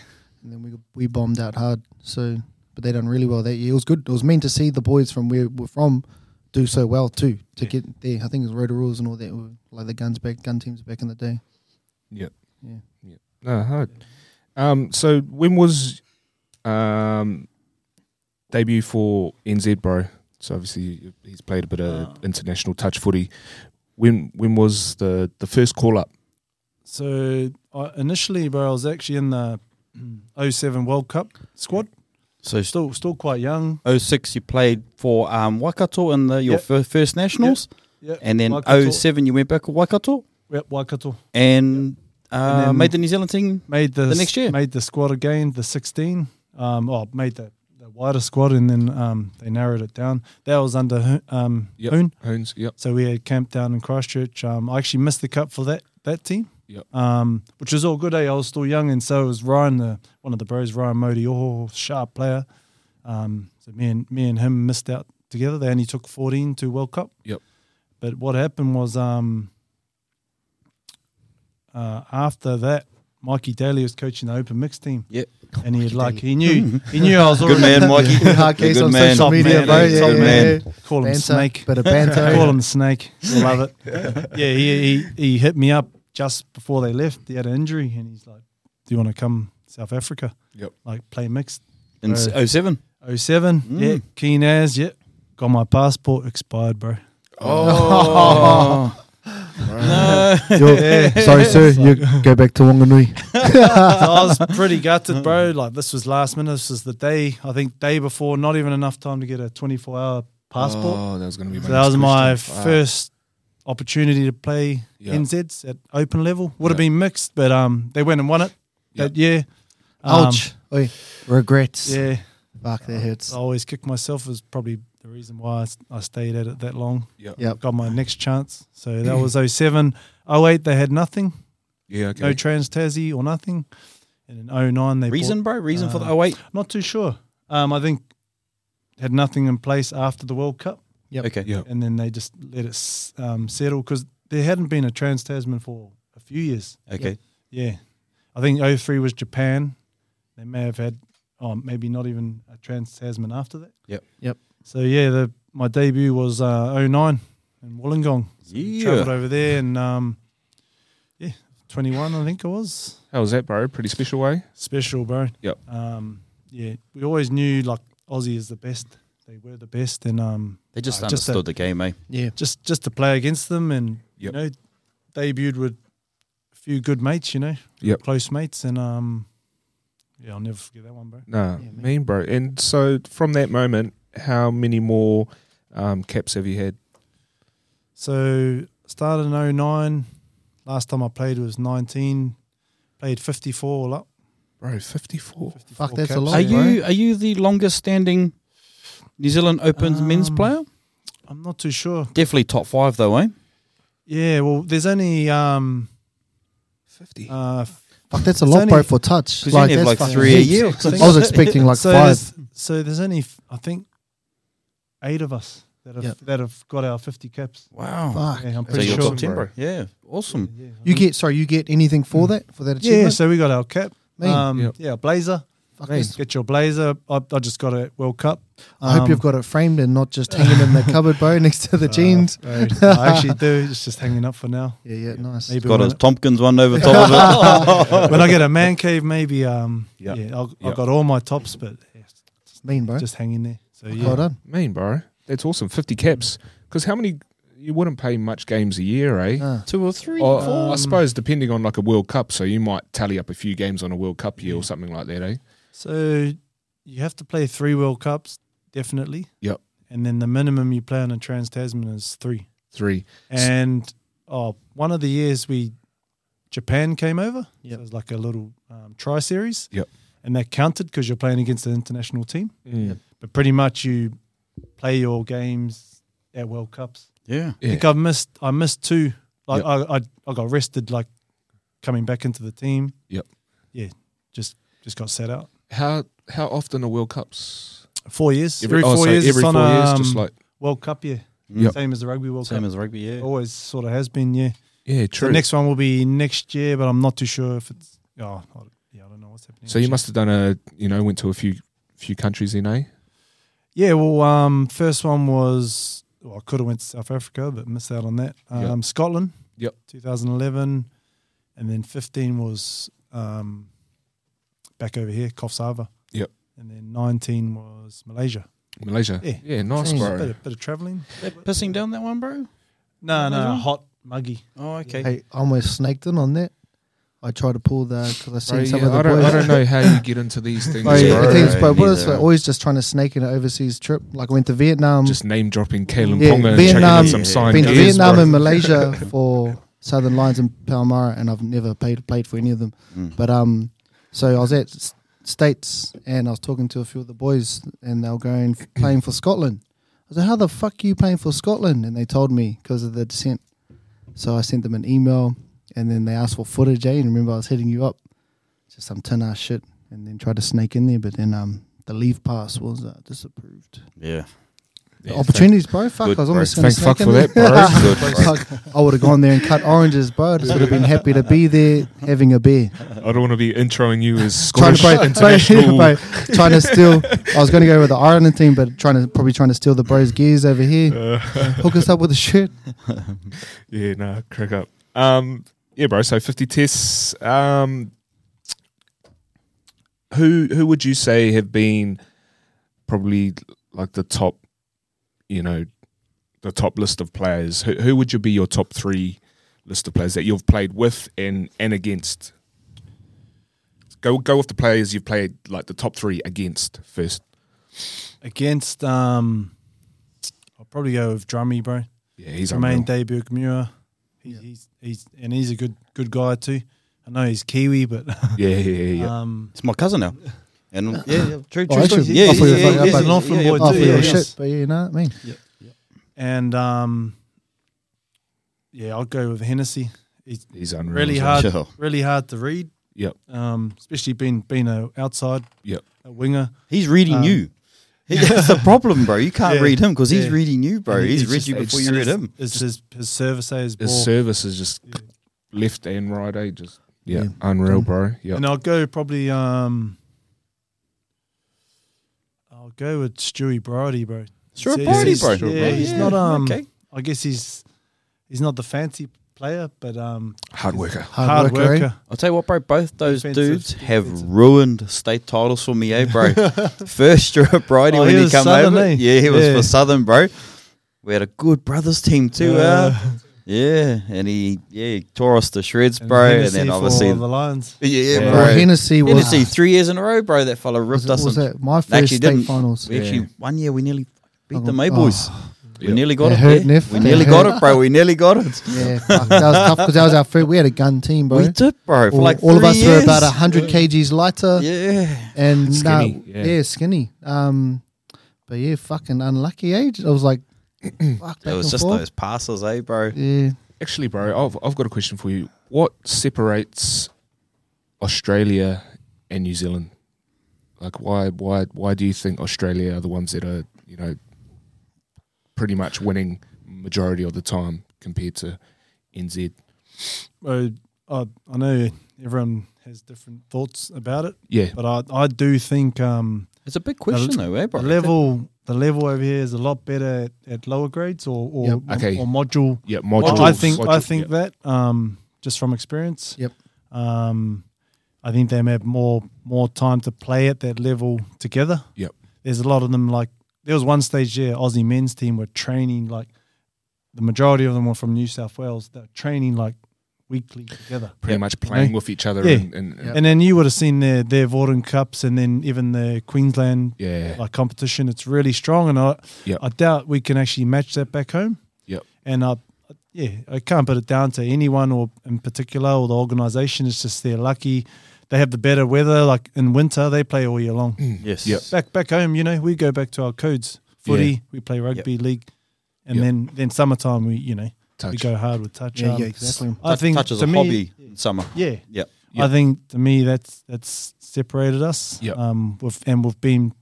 and then we we bombed out hard. So, but they done really well that year. It was good. It was meant to see the boys from where we're from do so well too to
Yeah.
get there. I think it was Rotor Rules and all that, were like the guns back, gun teams back in the day.
Yep.
Yeah.
no, hard. Um, so when was um, debut for NZ bro? So obviously he's played a bit of international touch footy. When when was the the first call up?
So I initially, bro, I was actually in the 07 World Cup squad.
So
Still, still quite young.
06, you played for um, Waikato in the, your
Yep.
fir- first nationals,
Yeah,
and then
Waikato.
07, you went back to Waikato
Yep, Waikato.
and, uh,
And then-
made the New Zealand team.
made the,
The next year?
made the squad again, the sixteen. Um, oh, made the, the wider squad, and then um, they narrowed it down. That was under Ho- um,
Yep.
Hoon,
Hoons, yep.
so we had camped down in Christchurch. Um, I actually missed the cup for that that team.
Yep.
Um, which was all good. Eh? I was still young, and so was Ryan, the, one of the bros, Ryan Modi, oh sharp player. Um, so me and me and him missed out together. They only took fourteen to World Cup.
Yep.
But what happened was um, uh, after that, Mikey Daly was coaching the open mix team.
Yep.
And he had like he knew he knew I was
Good
already
man, Mikey.
Yeah.
Hard
You're a
case
good
on
man.
social
Top
media,
man,
bro.
eh?
Yeah,
Top
yeah,
man.
yeah.
Call him
Banter,
Snake.
bit of
uh,
banter.
Call him Snake. I love it. Yeah, he, he he hit me up just before they left. He had an injury, and he's like, "Do you want to come South Africa?
Yep.
Like play mixed."
In
Bro.
s- 07.
07,
Mm.
yeah, keen as, yeah. Got my passport expired, bro.
Oh. no.
You're- Sorry, sir. You go back to Wanganui.
So I was pretty gutted, bro. Like this was last minute. This was the day, I think, day before. Not even enough time to get a twenty-four hour passport.
Oh, that was going to be
so that was my
next question.
first opportunity to play
Yeah.
NZs at open level. Would have
Yeah.
been mixed, but um, they went and won it
Yeah.
that year. Um,
Ouch. Oi. Regrets.
Yeah, Oh,
Fuck, that hurts.
Uh, I always kick myself. Was probably the reason why I s- I stayed at it that long.
Yeah. Yeah.
Yep.
Got my next chance. So that was 07. 08, they had nothing.
Yeah. Okay.
No Trans Tassie or nothing. And in 09, they
Reason, bro? Reason for
Uh,
the 08?
Bought, not too sure. Um, I think had nothing in place after the World Cup,
Okay.
yeah.
and then they just let it s- um, settle because there hadn't been a Trans Tasman for a few years.
Okay.
Yeah, I think 03 was Japan. They may have had, oh, maybe not even a Trans Tasman after that.
Yep.
Yep.
So yeah, the my debut was uh, 09 in Wollongong. So we
Yeah.
Travelled over there and um, yeah, 21 I think it was
How was that, bro? Pretty special way.
special, bro.
Yep.
Um, yeah, we always knew like Aussie is the best. They were the best, and um,
They just
Uh, just
understood the game, eh?
Yeah.
just just to play against them, and you
Yep.
know, debuted with a few good mates, you know,
Yep.
close mates, and um, yeah, I'll never forget that one, bro.
No,
Yeah, man.
mean, bro. And so from that moment, how many more um, caps have you had?
So started in 09. Last time I played was nineteen. Played fifty four all up.
Bro, 54.
54
that's a lot,
caps.
Are
Sorry, bro.
you are you the longest standing New Zealand Opens men's
Um,
player?
I'm not too sure.
Definitely top five though, eh?
Yeah, well, there's only um
50.
uh
Fuck, that's a
It's
lot,
only-
bro, for touch.
Because you only have
that's
like
fucking
three a
heaps.
year. or
I
something.
was expecting like
so
five.
There's, so there's only f- I think eight of us that have
Yeah.
that have got our fifty caps.
Wow.
Fuck.
Yeah, I'm
So
pretty
you're
sure.
top ten, bro. Yeah. Awesome.
Yeah,
You get sorry, you get anything for that for that
Mm. yeah.
achievement?
So we got our cap.
Man.
Um,
Yep.
Yeah, blazer.
Fuck
Man,
this.
Get your blazer. I, I just got a World Cup.
I hope you've got it framed and not just hanging in the cupboard, bro, next to the
Um, uh,
jeans.
right. I actually do. It's just hanging up for now.
Yeah, yeah, nice.
Maybe
Got
when,
a Tompkins one over top of it.
I, when I get a man cave, maybe um,
Yeah.
yeah, I'll,
Yeah.
I've got all my tops, but it's
Mean, bro.
just hanging there. So yeah,
Well done.
Mean, bro. That's awesome. 50 caps. Because how many, you wouldn't pay much games a year, eh?
Ah.
Two or three.
Or-
four.
I suppose depending on like a World Cup, so you might tally up a few games on a World Cup year or something like that, eh?
So you have to play three World Cups, definitely.
Yep.
And then the minimum you play on a Trans Tasman is three.
Three.
And oh, one of the years we Japan came over. Yeah,
Yep.
it was like a little um, tri series.
Yep.
And that counted because you're playing against an international team.
Mm.
But pretty much you play your games at World Cups.
Yeah.
I think I've missed. I missed two. Like
Yep.
I, I, I got rested. Like coming back into the team.
Yep.
Yeah. Just just got set out.
How how often are World Cups?
Four years.
oh, so every
it's
four
on,
years,
um,
just like
World Cup, yeah.
Yep.
Same as the Rugby World
Same
Cup.
as rugby, yeah.
Always sort of has been, yeah.
yeah,
So
true.
The next one will be next year, but I'm not too sure if it's. Oh, I, yeah, I don't know what's happening.
so you
next
must have done a you know went to a few few countries in eh?
year. Yeah, well, um, first one was. Well, I could have went to South Africa, but missed out on that. Um,
Yep.
Scotland.
Yep.
2011, and then 15 was um, back over here, Koffsava.
Yep.
And then 19 was Malaysia.
Malaysia.
Yeah.
nice,
Just a
bro.
bit of, bit of traveling.
They're pissing down that one, bro.
No, no,
Malaysia?
hot, muggy.
Oh, okay.
Hey, I almost snaked in on that. I tried to pull the because I
Bro,
seen some
yeah,
of the
I, don't,
boys.
I don't know how you get into these things,
Bro,
bro.
yeah, the thing is, bro,
Me
what is
neither.
like, always just trying to snake in an overseas trip. Like I went to Vietnam,
Just name dropping Kalen
Yeah,
Ponga and chucking
Vietnam-
in some
Yeah.
signed
been to
gears,
Vietnam
bro.
and Malaysia for Southern Lions and Palmyra, and I've never played played for any of them.
Mm.
But um, so I was at S- States and I was talking to a few of the boys, and they were going f- playing for Scotland. I said, "How the fuck are you playing for Scotland?" And they told me because of the descent. So I sent them an email, and then they asked for footage. Eh? And remember, I was hitting you up, just some tin ass shit, and then tried to snake in there. But then um, the leave pass was uh, disapproved.
Yeah.
Yeah,
the opportunities, bro. Fuck,
Good,
I was
bro.
almost going to
Thank
snake
fuck
in
for
there.
that, bro.
Good, bro.
Fuck, I would have gone there and cut oranges, bro. I just would have been happy to be there having a beer.
I don't want to be introing you as
Trying
Scottish
to, bro,
international.
bro, trying to steal. I was going to go with the Ireland team, but trying to probably trying to steal the bros' gears over here.
Uh,
Hook us up with a shirt.
yeah, nah, crack up. Um, yeah, bro. So fifty tests. Um, who who would you say have been probably like the top? You know, the top list of players. Who who would you be your top three list of players that you've played with and and against? Go go with the players you've played like the top three against first.
Against, um, I'll probably go with Drummy, bro.
Yeah, he's
Jermaine
unreal.
Dayberg Muir. He,
Yeah.
He's he's and he's a good good guy too. I know he's Kiwi, but
Yeah, yeah, yeah, yeah.
um,
It's my cousin now. And
Uh,
yeah, yeah, true, true.
Oh, actually,
story. yeah,
I thought you
yeah,
were
yeah,
fucking
yeah,
up,
he's
like,
an Northland
yeah,
boy
Off
too.
yeah,
with
yeah,
a
yeah.
shit, but yeah, you know what I mean.
and um, yeah, I'll go with Hennessy. He's
He's unreal.
really
as well.
hard,
Yeah.
really hard to read.
Yep.
Um, especially being being a outside,
Yep.
a winger.
He's reading
Um,
you. He- That's the problem, bro. You can't
Yeah.
read him because he's
Yeah.
reading you, bro.
And he-
He's
it's
read
just-
you
it's
before you read him.
It's his his service, eh, his ball.
His service is just
Yeah.
left and right, eh? Just yeah,
Yeah.
unreal, bro. Yeah,
And I'll go probably um, I'll go with Stewie Brody, bro.
Sure,
He's-
party,
he's-
bro.
Stuart
Yeah,
Brody.
he's not um.
okay.
I guess he's he's not the fancy player, but um,
hard worker.
hard, worker.
worker, eh?
I'll tell you what, bro. Both those
Defensive,
dudes have
defensive.
ruined state titles for me, eh, bro. First, Stuart Brody
Oh,
when
he
he,
was
come
Southern,
over.
eh?
Yeah, he was
Yeah.
for Southern, bro. We had a good brothers team too, uh,
Uh,
yeah. And he, yeah, he tore us to shreds,
and
bro. And,
Hennessy
then
for
obviously,
the Lions.
yeah,
Yeah.
Bro,
bro.
Hennessy was,
Hennessy, three years in a row, bro. That fella ripped
was, it-
us.
was
in-
that my
They
first
actually
state
didn't.
finals.
We actually,
Yeah.
one year we nearly beat the
Fucking-
Mayboys. We
Yeah.
nearly got
Oh, It
it.
hurt,
yeah.
Niff.
We
It
nearly got
hurt.
it, bro. We nearly got it.
Yeah, fuck, that was tough because that was our first. We had a gun team, bro.
We did, bro. For
all,
like
all of
three
us
years.
were about hundred kgs lighter.
Yeah.
and
Skinny,
nah,
yeah.
yeah. skinny. Um, but yeah, fucking unlucky age. I was like, fuck, back
It was
and
just
forth.
those passes, eh, bro?
Yeah,
Actually, bro, I've I've got a question for you. What separates Australia and New Zealand? Like, why why why do you think Australia are the ones that are you know pretty much winning majority of the time compared to NZ?
Well, I, I know everyone has different thoughts about it.
Yeah,
But I, I do think um,
It's a big question though, eh,
the
bro?
level the level over here is a lot better at, at lower grades or or,
Yep.
Okay.
or module.
yeah. Modules.
I think I
modules,
think
yeah.
that um, just from experience.
Yep.
Um, I think they may have more more time to play at that level together.
Yep.
There's a lot of them like there was one stage yeah, Aussie men's team were training like the majority of them were from New South Wales. They're training like weekly together.
pretty much playing with each other
Yeah.
and, and, and
And then you would have seen their their Vorden Cups and then even the Queensland
yeah,
like competition. It's really strong, and I
Yep.
I doubt we can actually match that back home.
Yep.
And I, yeah, I can't put it down to anyone or in particular or the organisation. It's just they're lucky. They have the better weather. Like in winter, they play all year long.
Yes.
Yep.
Back back home, you know, we go back to our codes. Footy,
Yeah.
we play rugby league, and
Yep.
then then summertime we you know we
touch.
go hard with touch.
Yeah,
Um,
yeah, exactly.
I think
touch is
to
a
me,
hobby in summer.
yeah.
Yep.
Yep.
I think to me that's that's separated us.
Yep.
Um we've and we've been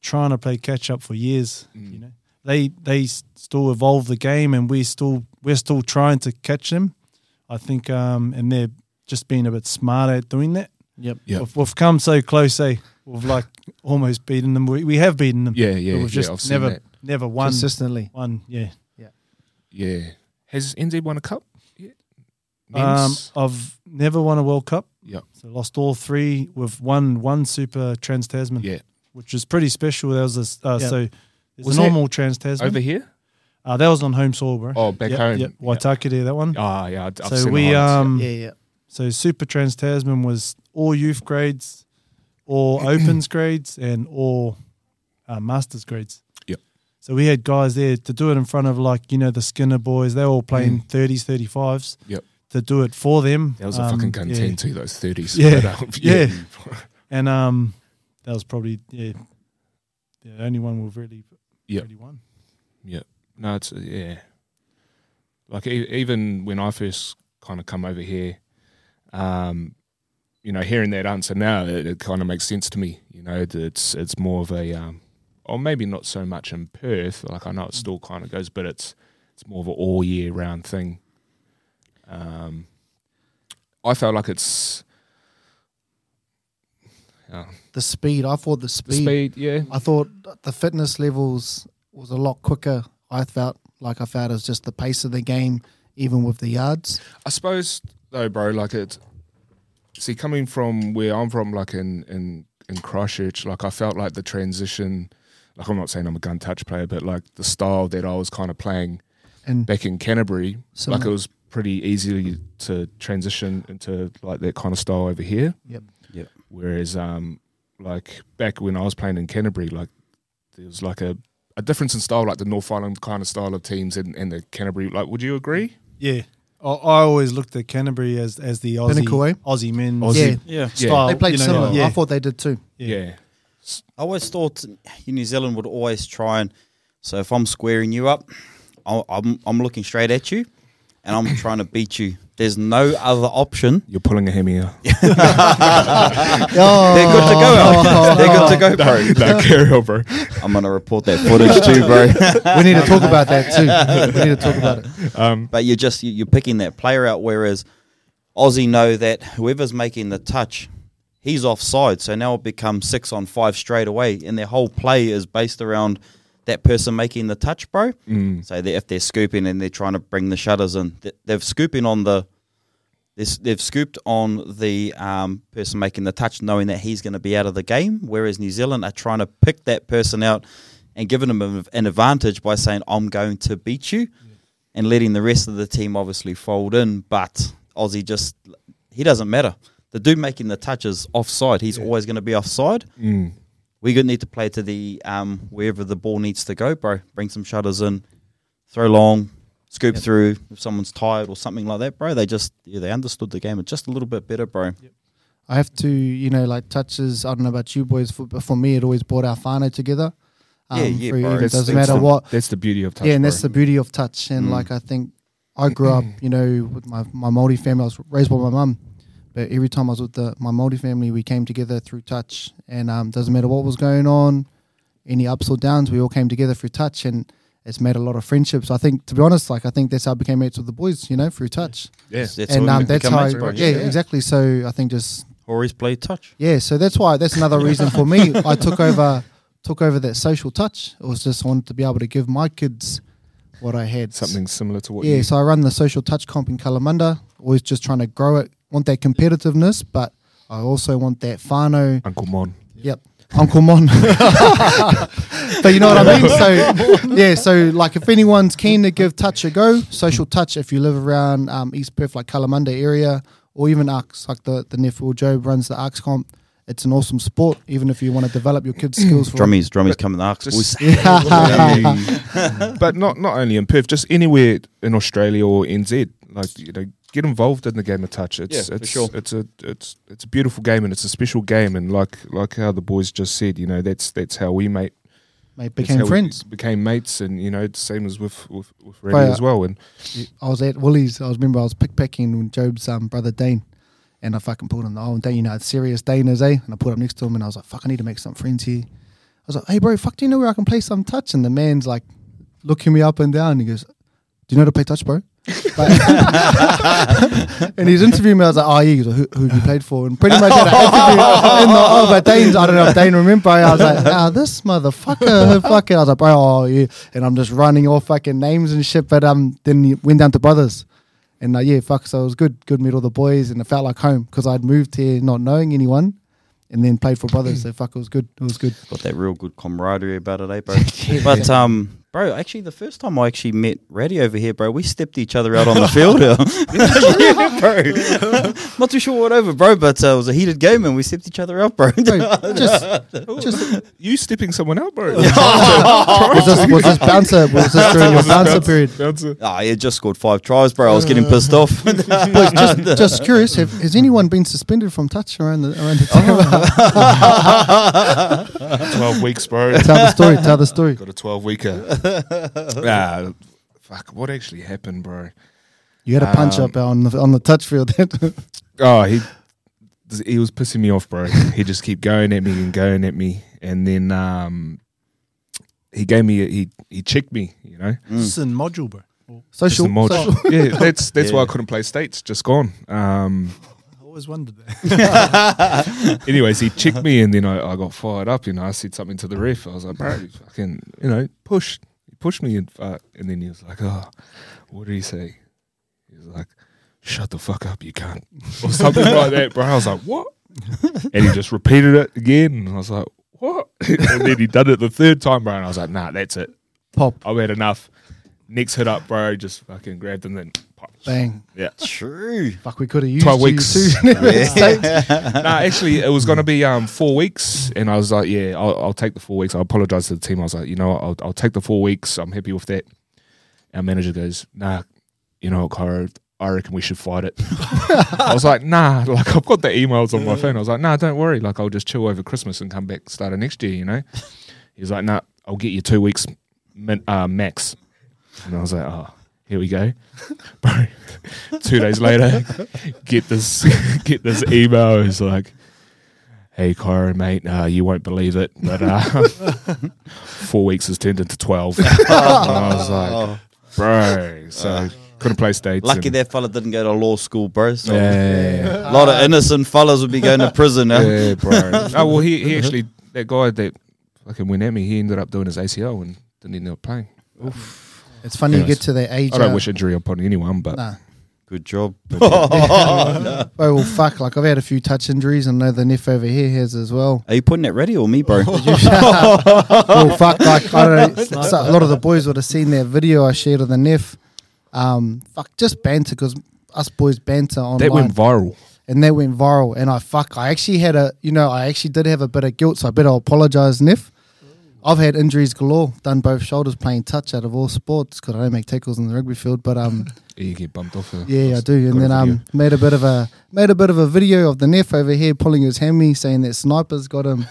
trying to play catch up for years,
Mm.
you know. They they s- still evolve the game and we still we're still trying to catch them. I think um and they're just being a bit smarter at doing that.
Yep.
Yep.
We've, we've come so close, eh? We've like almost beaten them. We, we have beaten them.
Yeah, yeah,
But
yeah.
we've just
I've seen
never
that.
never won
consistently.
one, yeah.
Yeah, has NZ won a cup? Yeah.
Um,
Men's?
I've never won a World Cup.
Yep.
So lost all three. We've won one Super Trans Tasman.
yeah,
which Um, is pretty special. That was a, s- uh,
Yeah.
so there's
Was
a normal Trans
over
Tasman.
here.
Uh, that was on home soil, bro.
Oh, back
Yep,
home.
yep, Waitakere, that one.
Ah, yeah. I'd- I've
so
seen the
we
highlights,
um
yeah, yeah.
so Super Trans Tasman was all youth grades, all opens grades, and all uh, masters grades.
Yep.
So we had guys there to do it in front of like you know the Skinner boys. They were all playing
Mm.
thirties, thirty fives.
Yep.
To do it for them.
That was a
Um,
fucking
yeah.
content too, those thirties. um,
Yeah,
yeah,
And um, that was probably yeah, the only one we've really
Yep.
really won.
No, it's yeah. Like e- even when I first kind of come over here, um, you know, hearing that answer now, it, it kind of makes sense to me. You know, that it's it's more of a, um, or maybe not so much in Perth. Like I know it still kind of goes, but it's it's more of an all year round thing. Um, I felt like it's uh,
The speed. I thought the
the
speed.
speed, yeah,
I thought the fitness levels was a lot quicker. I felt like I felt it was just the pace of the game, even with the yards.
I suppose though, bro, like it. See, coming from where I'm from, like in in in Christchurch, like I felt like the transition. Like I'm not saying I'm a gun touch player, but like the style that I was kind of playing
And
back in Canterbury,
so
like it was pretty easy to transition into like that kind of style over here.
Yep.
Yep.
Whereas, um, like back when I was playing in Canterbury, like there was like a a difference in style, like the North Island kind of style of teams and, and the Canterbury. Like, would you agree?
Yeah. I, I always looked at Canterbury as, as the Aussie
Pinnacle, eh?
Aussie men's
Aussie.
yeah,
Yeah.
style.
they played
you know,
similar.
Yeah.
I thought they did too.
Yeah.
yeah.
I always thought New Zealand would always try and. So if I'm squaring you up, I'll, I'm I'm looking straight at you, and I'm trying to beat you. There's no other option.
You're pulling a hammy out.
They're good to go. Al. They're good to go, bro.
no, carry on, bro.
I'm gonna report that footage too, bro.
we need to talk about that too. We need to talk about it.
but you're just you- you're picking that player out. Whereas Aussie know that whoever's making the touch, he's offside. So now it becomes six on five straight away, and their whole play is based around that person making the touch, bro.
Mm.
So they, if they're scooping and they're trying to bring the shutters in, th- they've scooping on the. this- They've scooped on the um, person making the touch, knowing that he's going to be out of the game. Whereas New Zealand are trying to pick that person out and giving them an an advantage by saying, "I'm going to beat you," and letting the rest of the team obviously fold in. But Aussie just he doesn't matter. The dude making the touch is offside. He's always going to be offside.
Mm.
We gonna need to play to the um wherever the ball needs to go, bro. Bring some shutters in, throw long, scoop through. If someone's tired or something like that, bro, they just yeah, they understood the game just a little bit better, bro.
I have to, you know, like touches. I don't know about you boys, for, but for me, it always brought our whānau together. Um,
Yeah,
through
yeah, bro.
even-
That's-
doesn't
that's
matter
the-
what.
That's the beauty of touch.
yeah, and that's
bro.
the beauty of touch.
Mm.
And like I think I grew up, you know, with my my Maori family. I was raised by my mum, but every time I was with the, my Maori family, we came together through touch. And um, doesn't matter what was going on, any ups or downs, we all came together through touch. And it's made a lot of friendships. I think, to be honest, like I think that's how I became mates with the boys, you know, through touch.
Yeah.
That's
and
how
um,
you
that's
become
how, I,
mates,
yeah,
bro.
exactly. So I think just
Always play touch.
yeah, so that's why that's another reason for me. I took over took over that social touch. It was just I wanted to be able to give my kids what I had.
Something similar to what
Yeah,
you
so I run the social touch comp in Kalamunda. Always just trying to grow it. Want that competitiveness, but I also want that Fano.
Uncle Mon.
Yep. Uncle Mon. but you know what I mean? So, yeah, so like if anyone's keen to give touch a go,
Mm-hmm.
social touch, if you live around um, East Perth, like Kalamunda area, or even Arcs, like the, the nephew Job runs the Arcs comp, it's an awesome sport, even if you want to develop your kids' skills
Mm.
for
Drummies, drummies coming the arcs. boys.
Just- but not not only in Perth, just anywhere in Australia or NZ. Like you know, get involved in the game of touch. It's
Yeah, for
it's
sure.
it's a it's it's a beautiful game and it's a special game and like like how the boys just said, you know, that's that's how we mate
Mate,
that's
became
how we
friends.
became mates and you know, it's same as with with, with Randy
Right.
as well. And
I was at Woolies. I was remember I was pickpacking with Job's um, brother Dane, and I fucking pulled him. Oh, Dane, you know how serious Dane is, eh? And I pulled up next to him, and I was like, "Fuck, I need to make some friends here." I was like, "Hey, bro, fuck, do you know where I can play some touch?" And the man's like, looking me up and down. He goes, "Do you know how to play touch, bro?" But- and he's interviewing me. I was like, "Oh yeah." He goes, who, who have you played for? And pretty much had an interview in the oh, but Dane's. I don't know if Dane remember. I was like, "Ah, this motherfucker, fucking." I was like, "Bro, oh yeah," and I'm just running all fucking names and shit. But um, then he went down to brothers, and uh, yeah, fuck. So it was good. Good meet all the boys, and it felt like home because I'd moved here not knowing anyone. And then played for brothers, so fuck, it was good. It was good.
Got that real good camaraderie about it, eh, bro? But um, bro, actually, the first time I actually met Ratty over here, bro, we stepped each other out on the field. yeah, bro. Not too sure what over, bro, but uh, it was a heated game and we stepped each other out, bro.
Bro, just, just
you stepping someone out, bro.
was this was this bouncer was this during your bouncer period?
That's a-
Ah, yeah, just scored five tries, bro. I was getting pissed off.
Boys, just, just curious, have, has anyone been suspended from touch around the around the
Oh.
town?
twelve weeks, bro.
tell the story. Tell the story.
Got a twelve weeker. ah, fuck, what actually happened, bro?
You had a punch
Um,
up on the on the touch field.
Oh, he he was pissing me off, bro. he just kept going at me and going at me, and then um, he gave me a, he he checked me, you know.
This is in module, bro. Or-
Just
social,
the mod-
social.
yeah, that's that's why I
Yeah.
couldn't play states. Just gone. Um,
I always wondered that.
anyways, he checked me, and then I, I got fired up. You know, I said something to the ref. I was like, bro, you fucking, you know, push. He pushed me, and uh, and then he was like, oh, what did he say? He was like, shut the fuck up, you can't, or something like that, bro. I was like, what? And he just repeated it again, and I was like, what? and then he done it the third time, bro, and I was like, nah, that's it.
Pop.
I've had enough. Next hit up, bro, just fucking grabbed him, then pop.
Bang.
Yeah.
True.
Fuck, we could have used
Twelve
you
weeks.
too.
no, actually, it was going to be um, four weeks, and I was like, "Yeah, I'll, I'll take the four weeks." I apologized to the team. I was like, "You know, what, I'll, I'll take the four weeks. I'm happy with that." Our manager goes, "Nah, you know, what, Cairo, I reckon we should fight it." I was like, "Nah, like I've got the emails on my phone." I was like, "Nah, don't worry. Like I'll just chill over Christmas and come back start of next year." You know, he's like, "Nah, I'll get you two weeks min- uh, max," and I was like, "Oh." Here we go, bro. Two days later, get this get this email. It's like, hey, Cairo, mate, uh, you won't believe it, but uh, four weeks has turned into twelve. and I was like,
Oh,
bro, so couldn't play states.
lucky
and-
that fella didn't go to law school, bro. So
Yeah,
A lot of innocent fellas would be going to prison.
yeah,
eh?
bro. Oh well, he, he actually that guy that fucking went at me. He ended up doing his ACL and didn't end up playing.
It's funny you
Anyways.
get to that age.
I don't
uh,
wish injury upon anyone, but
Nah.
Good job.
Oh well, fuck. Like I've had a few touch injuries. and I know the Niff over here has as well.
Are you putting that ready or me, bro?
well, fuck. Like I don't know. so a lot of the boys would have seen that video I shared of the Niff. Um, fuck, just banter because us boys banter online.
that went viral.
and that went viral. And I fuck, I actually had a, you know, I actually did have a bit of guilt, so I better apologize, Niff. I've had injuries galore, done both shoulders playing touch out of all sports because I don't make tackles in the rugby field. But um,
Yeah, you get bumped off. uh,
yeah, I
got
do.
a
And then
video.
um, made a bit of a made a bit of a video of the Neff over here pulling his hammy, saying that snipers got him.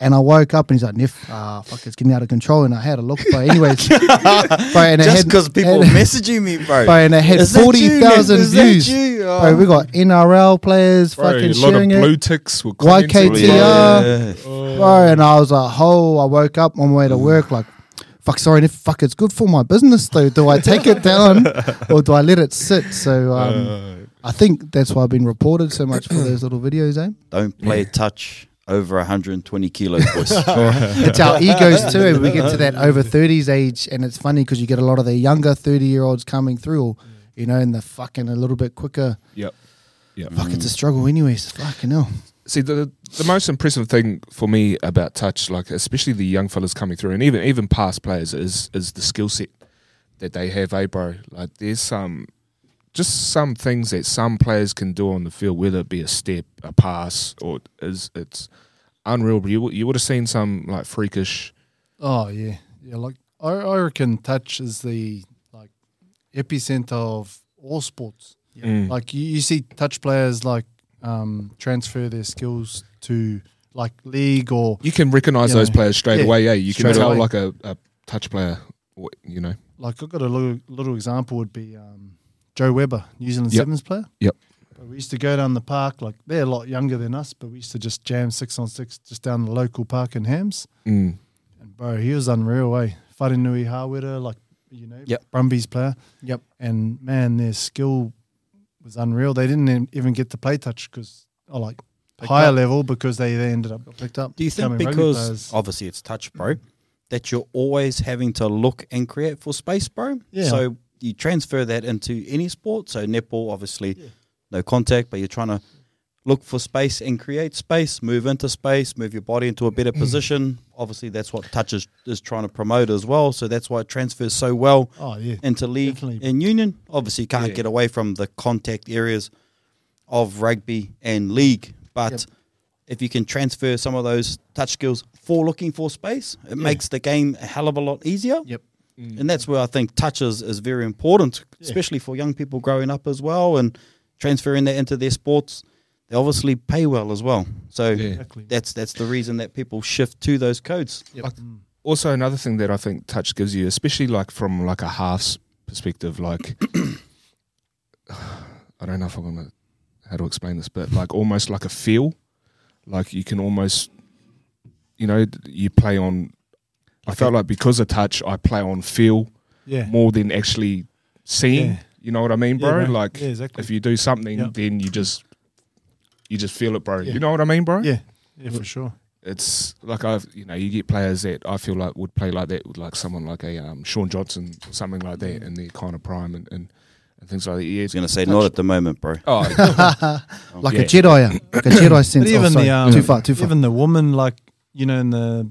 and I woke up and he's like, Neff, ah, fuck, it's getting out of control. And I had a look, but anyways, but and it
Just
had-
because people
and-
messaging me, bro.
Bro, and it had
Is that you,
forty thousand
Nick? Is that
views.
you?
Bro, we got NRL players
Bro,
fucking
a lot of
sharing it.
blue ticks were
YKTR.
commenting. Mm.
Bro, and I was like, oh, I woke up on my way to work, like, fuck, sorry, no, fuck, it's good for my business though. Do I take it down or do I let it sit? So um,
Uh,
I think that's why I've been reported so much for those little videos, eh?
Don't play touch over 120 kilos, boys.
It's our egos too. eh? We get to that over 30s age, and it's funny because you get a lot of the younger 30 year olds coming through, or, you know, and they're fucking a little bit quicker.
yep. Yep.
Fuck, it's a struggle, anyways. Fucking hell.
See the the most impressive thing for me about touch, like especially the young fellas coming through, and even even past players, is is the skill set that they have, eh, bro. Like there's some, just some things that some players can do on the field, whether it be a step, a pass, or is it's unreal. But you would- you would have seen some like freakish.
Oh yeah, yeah. Like I, I reckon touch is the like epicenter of all sports.
Mm.
Like you, you see touch players like um, transfer their skills to like league or
you can recognize
You
those
know,
players straight
yeah,
away. Yeah, you can
straight
tell
away.
like a, a touch player. wh- You know,
like I've got a little, little example would be um, Joe Webber, New Zealand
Yep.
Sevens player.
Yep.
But we used to go down the park, like they're a lot younger than us, but we used to just jam six on six just down the local park in Hams.
mm.
And bro, he was unreal, eh? Wharenui Hawera, like, you know,
Yep.
Brumbies player.
Yep.
And man, their skill was unreal. They didn't em- even get to play touch because, oh, like,
Picked
higher
up.
level because they, they ended up
Picked up. Oh.
Do you think
Becoming rugby
because
players.
obviously it's touch, bro, that you're always having to look and create for space, bro?
Yeah.
So you transfer that into any sport. So netball, obviously, no contact, but you're trying to look for space and create space, move into space, move your body into a better position. Obviously, that's what touch is, is trying to promote as well. So that's why it transfers so well
Oh, yeah.
into league
Definitely.
and union. Obviously, you can't
Yeah.
get away from the contact areas of rugby and league, but
Yep.
if you can transfer some of those touch skills for looking for space, it makes the game a hell of a lot easier.
Yep.
And that's where I think touches is very important, especially for young people growing up as well and transferring that into their sports. They obviously pay well as well, so
Yeah.
Exactly.
that's that's the reason that people shift to those codes.
also another thing that I think touch gives you, especially like from like a half's perspective, like I don't know if I'm gonna how to explain this, but like almost like a feel, like you can almost, you know, d- you play on. I felt like because of touch, I play on feel
Yeah.
more than actually seeing.
Yeah.
You know what I mean,
Yeah,
bro?
man.
Like
Yeah, exactly.
if you do something,
Yep.
then you just you just feel it, bro.
Yeah.
You know what I mean, bro?
Yeah. Yeah, for sure.
it's like I've you know you get players that I feel like would play like that with like someone like a um, Sean Johnson or something like that in their kind of prime and, and, and things like that. Yeah,
He's going to say not at the moment, bro.
oh
Like
Yeah.
a Jedi, like a Jedi sense.
But even
oh, sorry,
the um,
too far, too far.
even the woman, like you know, in the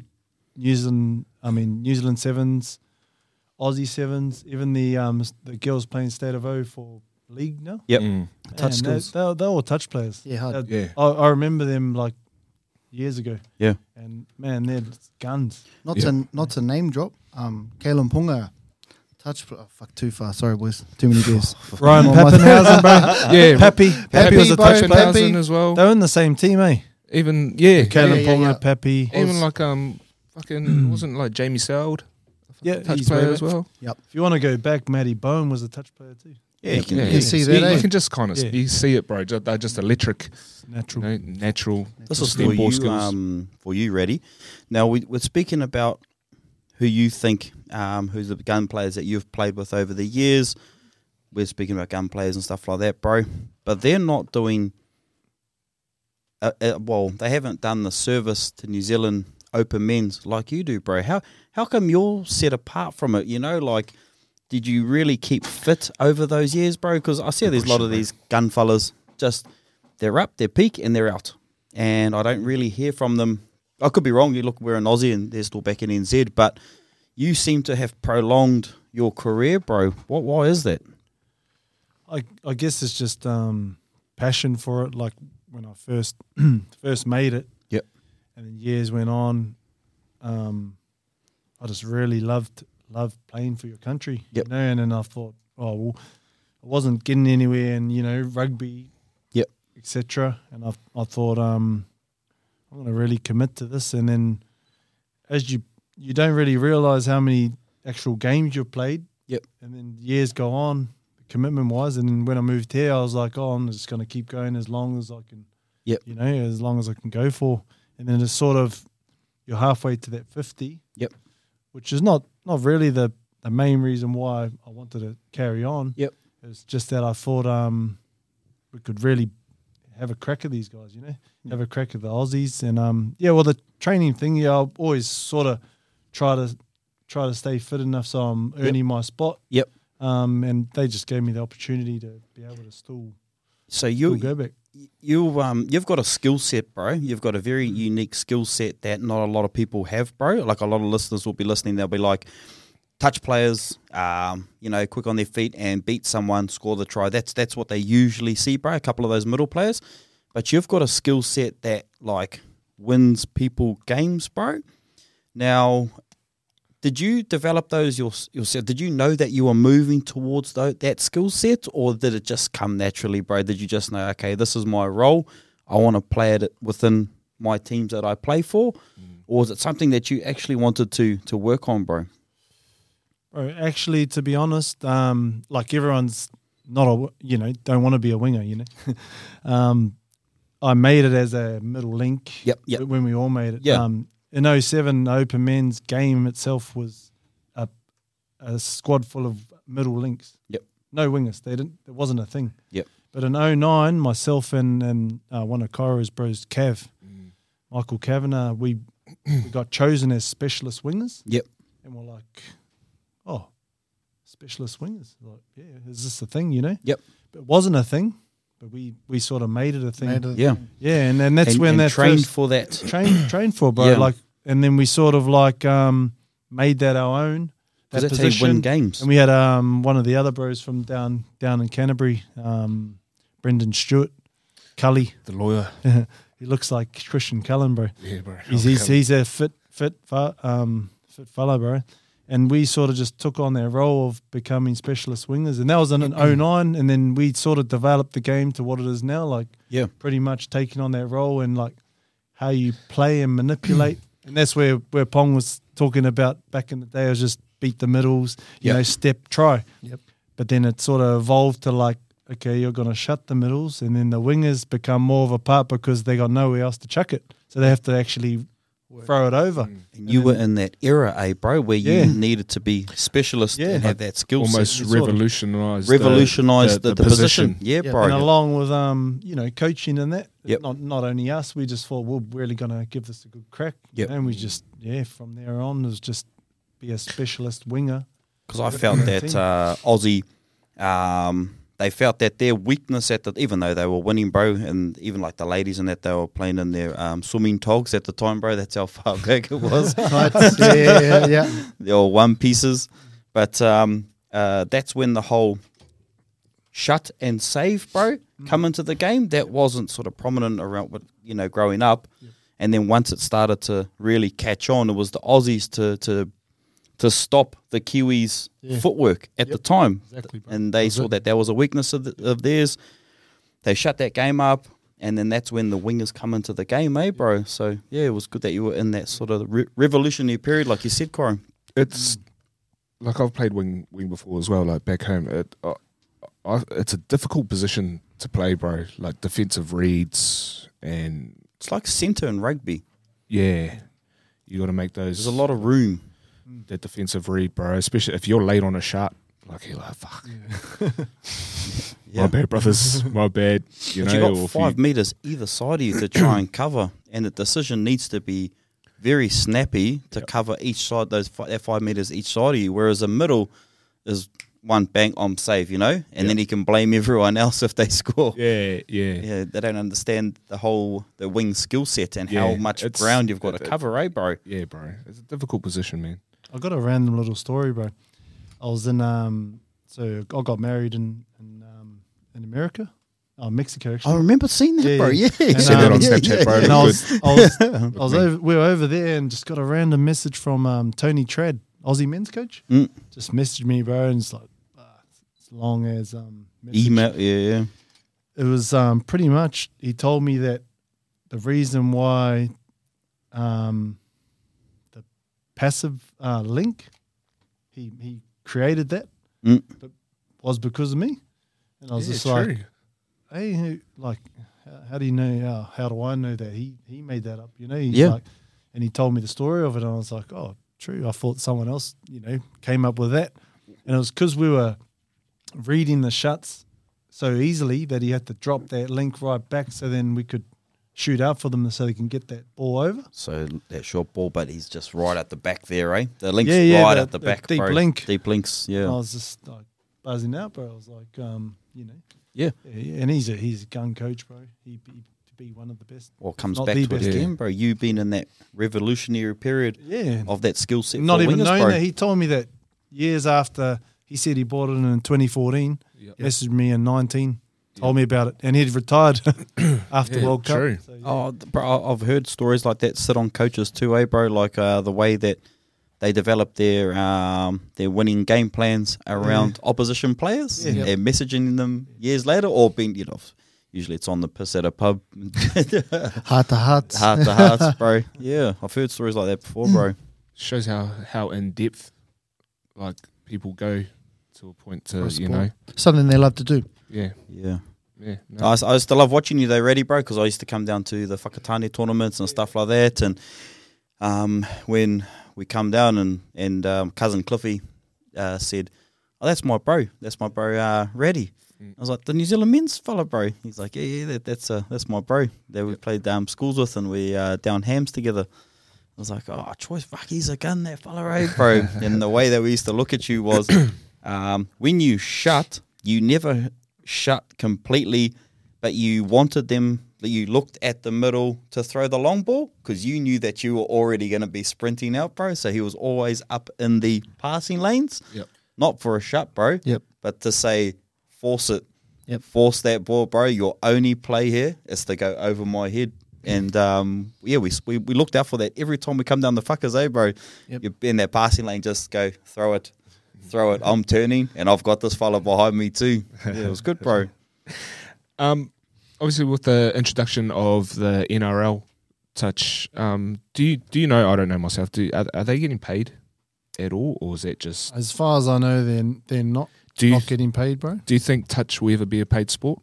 New Zealand, I mean New Zealand sevens, Aussie sevens, even the um s- the girls playing state of O for league now.
Yep.
Mm,
Touch skills.
They, they're, they're all touch players.
Yeah, hard.
They're-
yeah,
I, I remember them like years ago.
Yeah.
And man, they're just guns.
Not
Yeah.
to not to name drop. Um, Kalen Ponga, touch. pl- Oh, fuck, too far. Sorry, boys. Too many beers.
Ryan
Come on, mate.
Pappenhausen, bro.
yeah.
Pappy, Pappy was a
bro,
touch player.
Pappenhausen as well.
They were in the same team, eh?
Even yeah,
Kalen
yeah,
Ponga,
yeah.
Pappy.
even like um fucking wasn't like Jamie Seld
yeah,
touch
he's
player
way
as
back.
well.
If you want to go back, Matty Bowen was a touch player too.
Yeah, you can,
Yeah,
You can see
you,
that.
you
eh?
can just kind of
Yeah.
you see it, bro. Ju- They're just electric, you
Natural.
know, natural.
This is for
Snap ball
you,
skills.
um, for you, ready. Now we, we're speaking about who you think, um, who's the gun players that you've played with over the years. We're speaking about gun players and stuff like that, bro. But they're not doing. Uh, uh, well, they haven't done the service to New Zealand Open men's like you do, bro. How how come you're set apart from it? You know, like. Did you really keep fit over those years, bro? Because I see there's a lot of these gun fellas just they're up, they're peak, and they're out. And I don't really hear from them. I could be wrong. You look, we're in Aussie and they're still back in NZ, but you seem to have prolonged your career, bro. What? Why is that?
I I guess it's just um, passion for it. Like when I first first made it,
Yep.
and then years went on. Um, I just really loved loved playing for your country,
Yep.
you know. And then I thought, oh well, I wasn't getting anywhere, and you know, rugby,
Yep.
etc. And I I thought, um, I'm gonna really commit to this, and then as you you don't really realize how many actual games you've played.
Yep.
And then years go on, commitment wise. And then when I moved here, I was like, oh, I'm just going to keep going as long as I can.
Yep.
You know, as long as I can go for. And then it's sort of you're halfway to that 50.
Yep.
Which is not not really the the main reason why I wanted to carry on.
Yep.
It's just that I thought um we could really have a crack at these guys, you know,
Mm.
have a crack at the Aussies, and um yeah, well the training thing, yeah, I'll always sort of try to try to stay fit enough so I'm earning my spot.
Yep.
Um, and they just gave me the opportunity to be able to still,
So
still
you
go back.
you um you've got a skill set, bro. You've got a very unique skill set that not a lot of people have, bro. Like a lot of listeners will be listening, they'll be like, touch players, um, you know, quick on their feet and beat someone, score the try. That's that's what they usually see, bro. A couple of those middle players, but you've got a skill set that like wins people games, bro. Now, did you develop those your, yourself? Did you know that you were moving towards tho- that skill set, or did it just come naturally, bro? Did you just know, okay, this is my role, I want to play it within my teams that I play for,
Mm.
or was it something that you actually wanted to to work on, bro?
Bro, actually, to be honest, um, like everyone's not a you know don't want to be a winger, you know. um, I made it as a middle link.
Yep, yep.
When we all made it.
Yeah.
Um, in 07, the Open Men's game itself was a, a squad full of middle links.
Yep.
No wingers. They didn't. It wasn't a thing.
Yep.
But in 09, myself and and uh, one of Coro's bros, Cav,
Mm.
Michael Kavanagh, we we got chosen as specialist wingers.
Yep.
And we're like, oh, specialist wingers. Like, yeah, is this a thing, you know?
Yep.
But it wasn't a thing, but we, we sort of made it a thing.
Made it-
Yeah,
Yeah, and then that's
and,
when
and
that
trained
first
for that.
train trained for, bro.
Yeah.
Like and then we sort of like um made that our own. That
Because that's how you
position.
win games.
And we had um, one of the other bros from down down in Canterbury, um, Brendan Stewart, Cully.
The lawyer.
he looks like Christian Cullen, bro.
Yeah, bro. Oh
He's he's, he's a fit fit fe- um fit fellow, bro. And we sort of just took on that role of becoming specialist wingers, and that was in an 09, and then we sort of developed the game to what it is now, like
Yeah.
pretty much taking on that role and like how you play and manipulate, and that's where where Pong was talking about back in the day. It was just beat the middles, you
Yeah.
know, step try.
Yep.
But then it sort of evolved to like, okay, you're going to shut the middles, and then the wingers become more of a part because they got nowhere else to chuck it, so they have to actually throw it over.
And you were in that era, eh, bro, where you
Yeah.
needed to be specialist
Yeah.
and have that skill set.
almost
it's sort of-
revolutionized. the-
Revolutionised the, the, position. Yeah,
Yeah.
bro.
And along with um, you know, coaching and that,
Yep.
not not only us, we just thought we're really going to give this a good crack. you
Yep.
know, And we just yeah, from there on, it was just be a specialist winger.
because I felt that uh, Aussie, um, they felt that their weakness at the even though they were winning, bro, and even like the ladies and that they were playing in their um, swimming togs at the time, bro. That's how far back it was.
Tights, yeah, yeah, yeah.
the old one pieces. But um, uh, that's when the whole shut and save, bro,
Mm.
come into the game. That wasn't sort of prominent around what you know growing up, and then once it started to really catch on, it was the Aussies to to to stop the Kiwis'
Yeah.
footwork at the time,
Exactly, bro.
and they saw that that was a weakness of, the, of theirs. They shut that game up. And then that's when the wingers come into the game, eh, bro? So, yeah, it was good that you were in that sort of re- revolutionary period, like you said, Corin.
It's like I've played wing wing before as well. Like back home, it I, I, it's a difficult position to play, bro. Like defensive reads and
It's like centre in rugby.
yeah, you got to make those.
There's a lot of room.
that defensive read, bro. Especially if you're late on a shot, like you're like fuck. My bad, brothers. My bad. You
but
know,
you
or
got
if
five metres either side of you to try and cover, and the decision needs to be very snappy to cover each side those five, that five metres each side of you. Whereas a middle is one bang, I'm safe, you know, and then you can blame everyone else if they score.
you- yeah, yeah,
Yeah, they don't understand the whole the wing skill set and how
Yeah,
much
it's-
ground you've got to
it-
cover, eh, bro?
yeah, bro. It's a difficult position, man.
I got a random little story, bro. I was in um, so I got married in in, um, in America, oh Mexico actually.
I remember seeing that,
Yeah,
bro.
yeah.
Yeah,
And,
Send that on
yeah,
Snapchat,
Oh,
bro.
and I
Look
was, I was, I was
me.
over, we were over there and just got a random message from um, Tony Trad, Aussie men's coach.
Mm.
Just messaged me, bro, and it's like, ah, as long as um, message.
Email, yeah, yeah.
It was um, pretty much he told me that the reason why um, the passive uh, link he he created that
Mm.
was because of me, and I was
Yeah,
just like,
true.
hey, who- like, how, how do you know? Uh, how do I know that he he made that up? You know, he's
Yeah.
like, and he told me the story of it, and I was like, oh, true. I thought someone else, you know, came up with that. And it was because we were reading the shuts so easily that he had to drop that link right back so then we could shoot out for them so they can get that ball over.
So that short ball, but he's just right at the back there, eh? The link's
Yeah, yeah,
right
the-
at the
the
back,
deep
bro.
link. Oh,
Deep links, yeah.
And I was just like buzzing out, bro. I was like, um, you know.
Yeah.
Yeah, And he's a he's a gun coach, bro. He be, to be one of the best.
Well, it comes
Not
back
the
to it
best
again, bro. You've been in that revolutionary period
Yeah.
of that skill set.
Not
for
even
wingers,
knowing
bro.
that he told me that years after he said he bought it in 2014.
Yep.
Messaged me in 19, told me about it, and he'd retired after
Yeah,
World Cup.
true.
So, yeah.
Oh, th- bro, I- I've heard stories like that sit on coaches too, eh, bro? Like uh, the way that they develop their um, their winning game plans around opposition players
Yeah.
and messaging them years later, or being you know, usually it's on the piss at a pub,
Heart to hearts.
heart to hearts, bro. Yeah, I've heard stories like that before, bro.
Shows how how in depth like people go to a point to
For a
you
sport.
know
Something they love to do.
yeah
Yeah,
yeah no,
I, s- I used to love watching you though, ready, bro, because I used to come down to the Fakatani tournaments and stuff like that. And um, when we come down and and um, cousin Cliffy uh, said, "Oh, that's my bro. That's my bro, uh, ready." I was like, "The New Zealand men's fella, bro." He's like, "Yeah, yeah, that, that's uh, that's my bro that we played um, schools with and we uh, down hams together." I was like, "Oh, choice, fuck, he's a gun, that fella, eh, bro." and the way that we used to look at you was, um, when you shut, you never shut completely, but you wanted them. That you looked at the middle to throw the long ball because you knew that you were already going to be sprinting out, bro. So he was always up in the passing lanes,
Yep.
not for a shot, bro,
Yep.
but to say force it,
Yep.
force that ball, bro. Your only play here is to go over my head. And um, yeah, we, we we looked out for that every time we come down the fuckers, eh, bro?
Yep.
You're in that passing lane, just go throw it, throw it. I'm turning, and I've got this fella behind me too. Yeah, it was good, bro.
Um, obviously, with the introduction of the NRL touch, um, do you do you know? I don't know myself. Do are, are they getting paid at all, or is that just?
As far as I know, they're, they're not,
Do you
not getting paid, bro.
do you think touch will ever be a paid sport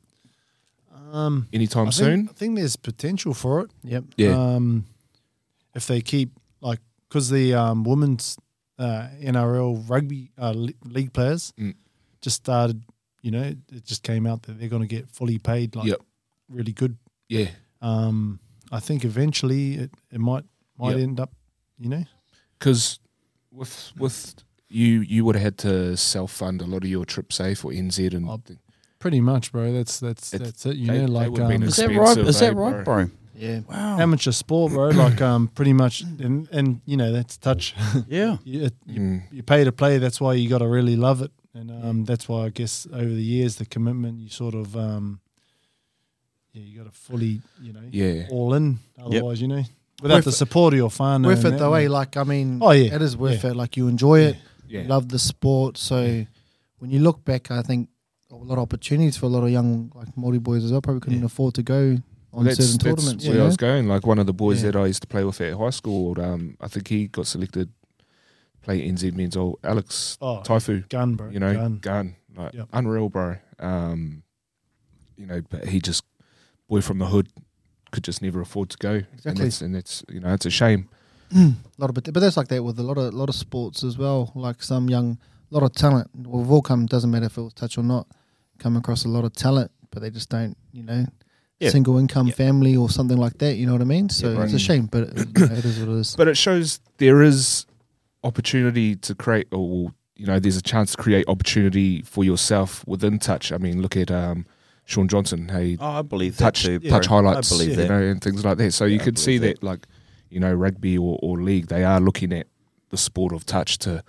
Um,
anytime
I think,
soon?
I think there's potential for it.
Yep.
Yeah,
Um, if they keep, like, because the um, women's uh, NRL rugby uh, le- league players
Mm.
just started, you know, it just came out that they're going to get fully paid, like,
Yep.
really good.
yeah.
Um, I think eventually it, it might might
Yep.
end up, you know,
Because with with you you would have had to self fund a lot of your trips, say for NZ and.
Oh, pretty much, bro. That's that's
It's-
that's it. You
they-
know,
they
like
would've been
um,
Is that right- Expensive, is that eh, right,
bro?
Yeah.
Wow.
amateur sport, bro. like um, pretty much, and and you know that's touch.
yeah.
you, it- you,
Mm,
you pay to play. That's why you got to really love it, and um, that's why I guess over the years the commitment you sort of um, yeah, you got to fully, you know,
yeah,
all in. Otherwise, you know, without
Worth
the
it.
support of your whānau
worth
and
it
that,
though, eh?
mate.
Like I mean,
Oh, yeah.
it is worth
Yeah.
it. Like you enjoy it,
yeah,
love the sport. So when you look back, I think a lot of opportunities for a lot of young like Maori boys as well. Probably couldn't
Yeah.
afford to go on
that's,
certain
that's
tournaments.
where
you
I
know?
was going. Like one of the boys
Yeah.
that I used to play with at high school, um, I think he got selected play NZ men's. Old Alex
Oh,
Taifu.
gun, bro.
you know, gun,
gun.
like
Yep.
unreal, bro. Um, you know, but he just boy from the hood could just never afford to go, and
Exactly.
that's and that's you know it's a shame.
a lot of, but, but that's like that with a lot of lot of sports as well. Like some young, a lot of talent. We've all come. Doesn't matter if it was touch or not. Come across a lot of talent, but they just don't. You know.
Yeah.
Single income
Yeah.
family or something like that, you know what I mean? So
right.
it's a shame, but it, you know, it is what it is.
But it shows there is opportunity to create, or you know, there's a chance to create opportunity for yourself within touch. I mean, look at um, Sean Johnson. Hey,
Oh, I believe that
touch
too, bro.
touch highlights,
I believe
you
that.
know, and things like that. So you
I
could see
believe
that, like, you know, rugby or, or league, they are looking at the sport of touch to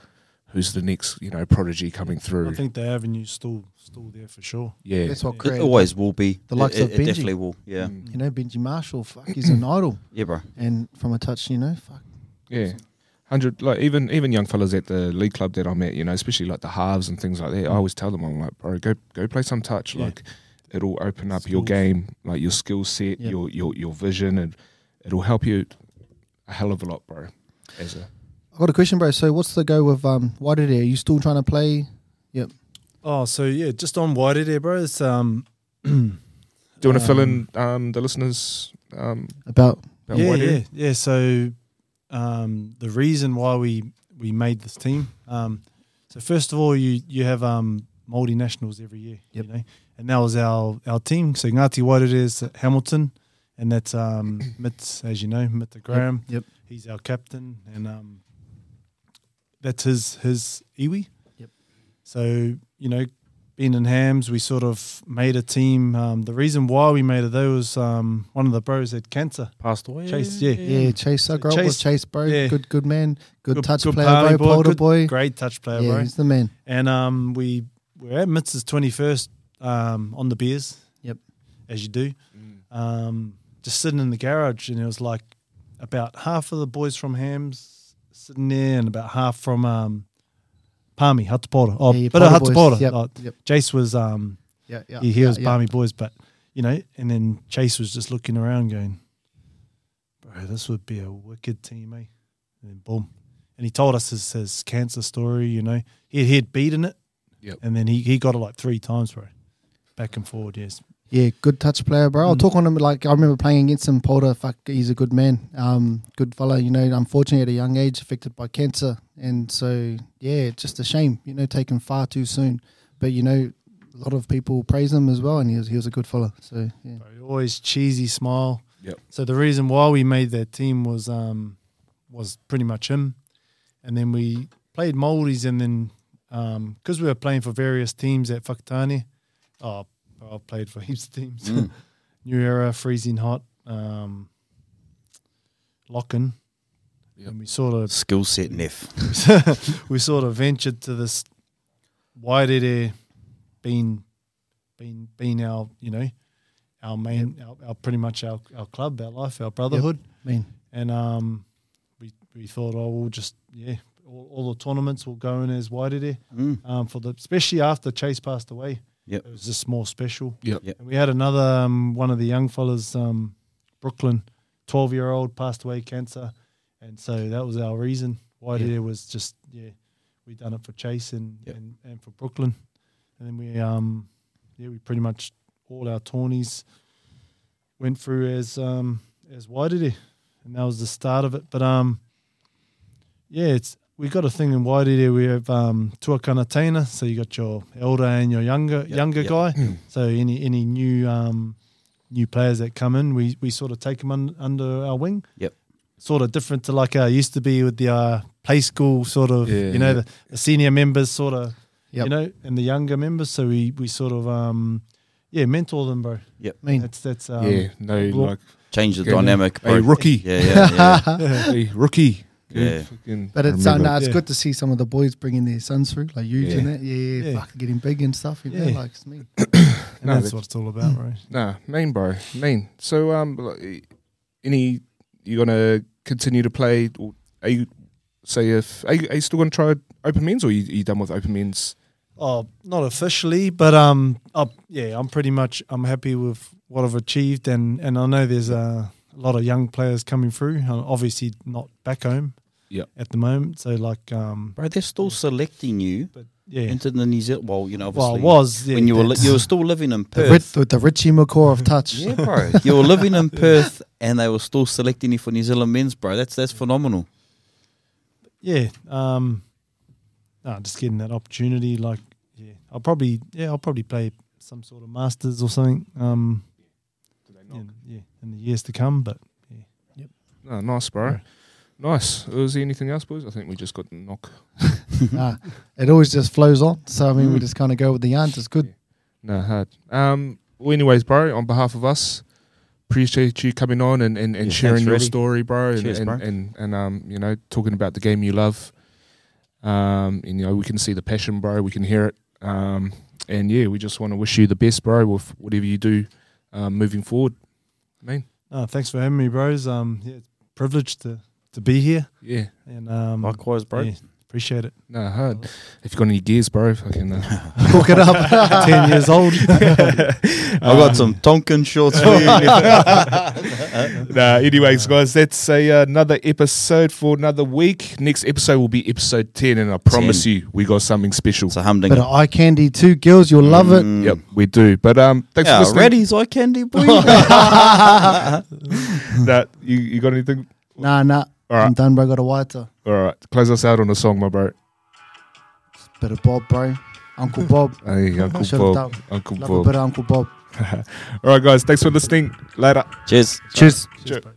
who's the next, you know, prodigy coming through.
I think the avenue's still still there for sure.
yeah,
That's what
It
created,
always will be.
The likes
it,
of
it
Benji.
definitely will. Yeah.
Mm.
you know, Benji Marshall, fuck, he's an idol.
Yeah, bro.
And from a touch, you know, fuck,
yeah. Hundred like even even young fellas at the league club that I'm at, you know, especially like the halves and things like that. I always tell them, I'm like, bro, go go play some touch.
Yeah.
Like, it'll open up your
Skills.
game, like your skill set,
Yeah.
your your your vision, and it'll help you a hell of a lot, bro. As a
I've got a question, bro. So what's the go with um Wairere? Are you still trying to play?
Oh, so yeah, just on wider there, bro. It's um,
do you want to fill
Um,
in um, the listeners um,
About
about
yeah,
Wairere?
yeah, yeah. So um, the reason why we we made this team. Um, so first of all, you you have um, Māori nationals every year,
Yep.
you know, and that was our our team. So Ngati Wairere is at Hamilton, and that's um, Mitt, as you know, Mitt Graham.
Yep.
he's our captain, and um, that's his his iwi.
Yep.
So you know, being in Hams, we sort of made a team. Um, the reason why we made it though was um, one of the bros had cancer.
Passed away.
Chase, yeah.
Yeah, Chase. I grew up with
Chase-
Chase, bro.
yeah.
Good, good man. Good,
Good-
touch
good
player,
parley
bro.
boy,
Polder
good-
boy.
Great touch player,
yeah,
bro.
he's the man.
and um, we we're at Mitz's twenty first um, on the beers.
Yep.
as you do. Um, just sitting in the garage, and it was like about half of the boys from Hams sitting there, and about half from um, Palmy Hatupora. Oh,
Yeah,
but
Polder
Hatupora.
boys. Yep,
Oh,
yep.
Jace was um,
Yeah, yeah.
he, he
yeah,
was
yeah.
Palmy boys, but you know, and then Chase was just looking around, going, "Bro, this would be a wicked team, eh?" And then boom, and he told us his, his cancer story. You know, he he had beaten it,
Yep.
and then he he got it like three times, bro, back and forward. Yes,
Yeah, good touch player, bro. I'll
Mm.
talk on him. Like I remember playing against him, Polder. Fuck, he's a good man. Um, good fella. You know, unfortunately at a young age, affected by cancer, and so yeah, it's just a shame. You know, taken far too soon. But you know, a lot of people praise him as well, and he was he was a good fella. So yeah,
Bro, always cheesy smile.
Yep.
So the reason why we made that team was um was pretty much him, and then we played Maldives, and then because we were playing for various teams at Faktani, oh, I played for heaps of teams.
Mm.
New Era, Freezing Hot, um, Locken.
Yep.
And we sort of
Skill set Neff.
we sort of ventured to this why did it been been been our you know our main our, our pretty much our, our club our life our brotherhood
man,
and um we we thought oh we'll just yeah all, all the tournaments will go in as why did it
Mm.
um for the especially after Chase passed away
Yep.
it was just more special
Yep.
Yep.
and we had another um, one of the young fellas um Brooklyn twelve year old passed away cancer and so that was our reason why
Yeah.
there was just yeah we done it for Chase and,
Yep.
and, and for Brooklyn, and then we um yeah we pretty much all our tawnies went through as um as Wairere, and that was the start of it. But um yeah, it's we got a thing in Wairere. We have um tuakana tena, so you got your elder and your younger
Yep,
younger
yep.
guy. so any any new um new players that come in, we we sort of take them un, under our wing sort of different to like I used to be with the uh, play school sort of,
Yeah,
you know,
yeah.
the, the senior members sort of,
Yep.
you know, and the younger members. So we we sort of, um, yeah, mentor them, bro.
man.
That's that's um,
yeah, no,
Block.
like
Change the
Okay,
dynamic.
a
bro.
rookie,
Yeah, yeah, yeah.
a rookie.
Yeah.
fucking-
But
I
it's uh,
remember.
no, it's
Yeah.
good to see some of the boys bringing their sons through, like you
Yeah.
and that. Yeah, yeah,
Yeah.
fuck, getting big and stuff. You know,
Yeah.
like it's me.
and
No,
that's what it's all about, right?
Nah, mean, bro, mean. So, um, like, any you gonna continue to play? Or are you say if are you, are you still gonna try open men's, or you, you done with open men's?
Oh, not officially, but um, i yeah, I'm pretty much I'm happy with what I've achieved, and and I know there's a, a lot of young players coming through. uh, Obviously, not back home,
Yep.
at the moment. So like um,
Bro, they're still selecting you
but yeah,
into the New Zealand. Well, you know, obviously.
well, I was yeah,
when you were li-
that's-
you were still living in
The,
Perth.
Rit- with the Richie McCaw of touch.
Yeah, bro. You were living in Perth and they were still selecting you for New Zealand men's, bro. That's that's phenomenal.
yeah, um, nah, just getting that opportunity. Like, yeah, I'll probably, yeah, I'll probably play some sort of masters or something. Um, in, yeah, in the years to come. But
No, nice, bro.
Yeah.
Nice. Was there anything else, boys? I think we just got the knock.
Nah, Hmm. it always just flows on. So I mean, we
Hmm.
Mm.
just kind of go with the answers. Good.
No, hard. Um, well, anyways, bro, on behalf of us, appreciate you coming on and, and, and
Yeah,
sharing
thanks,
your
Reddy.
story, bro, and,
Cheers,
and,
bro.
and and um, you know, talking about the game you love. Um, and, you know, we can see the passion, bro. We can hear it. Um, and yeah, we just want to wish you the best, bro, with whatever you do, um, moving forward. Man,
no, thanks for having me, bros. Um, yeah, it's a privilege to to be here,
yeah,
and um,
Likewise, bro.
yeah, appreciate it.
no hard. If you got any gears, bro, fucking. Uh,
Hook it up.
Ten years old.
I
Ah.
got some Tonkin shorts for you.
nah, anyways, guys, that's a, another episode for another week. Next episode will be episode ten, and I promise you, we got something special.
It's a humdinger.
Bit of eye candy too, girls. You'll love it.
Mm.
Yep, we do. But um, thanks
Yeah,
for listening.
Reddy's eye candy, boy.
Nah, you, you got anything?
Nah, nah.
Hmm. All All right.
I'm done, bro. Got a whiter.
All right. Close us out on a song, my bro.
Bit of Bob, bro. Uncle Bob.
Hey, Uncle
Shut
Bob.
up.
Uncle
Love a bit
Bob.
of Uncle Bob.
All right, guys. Thanks for listening. Later.
Cheers.
Cheers.
Cheers,
bro.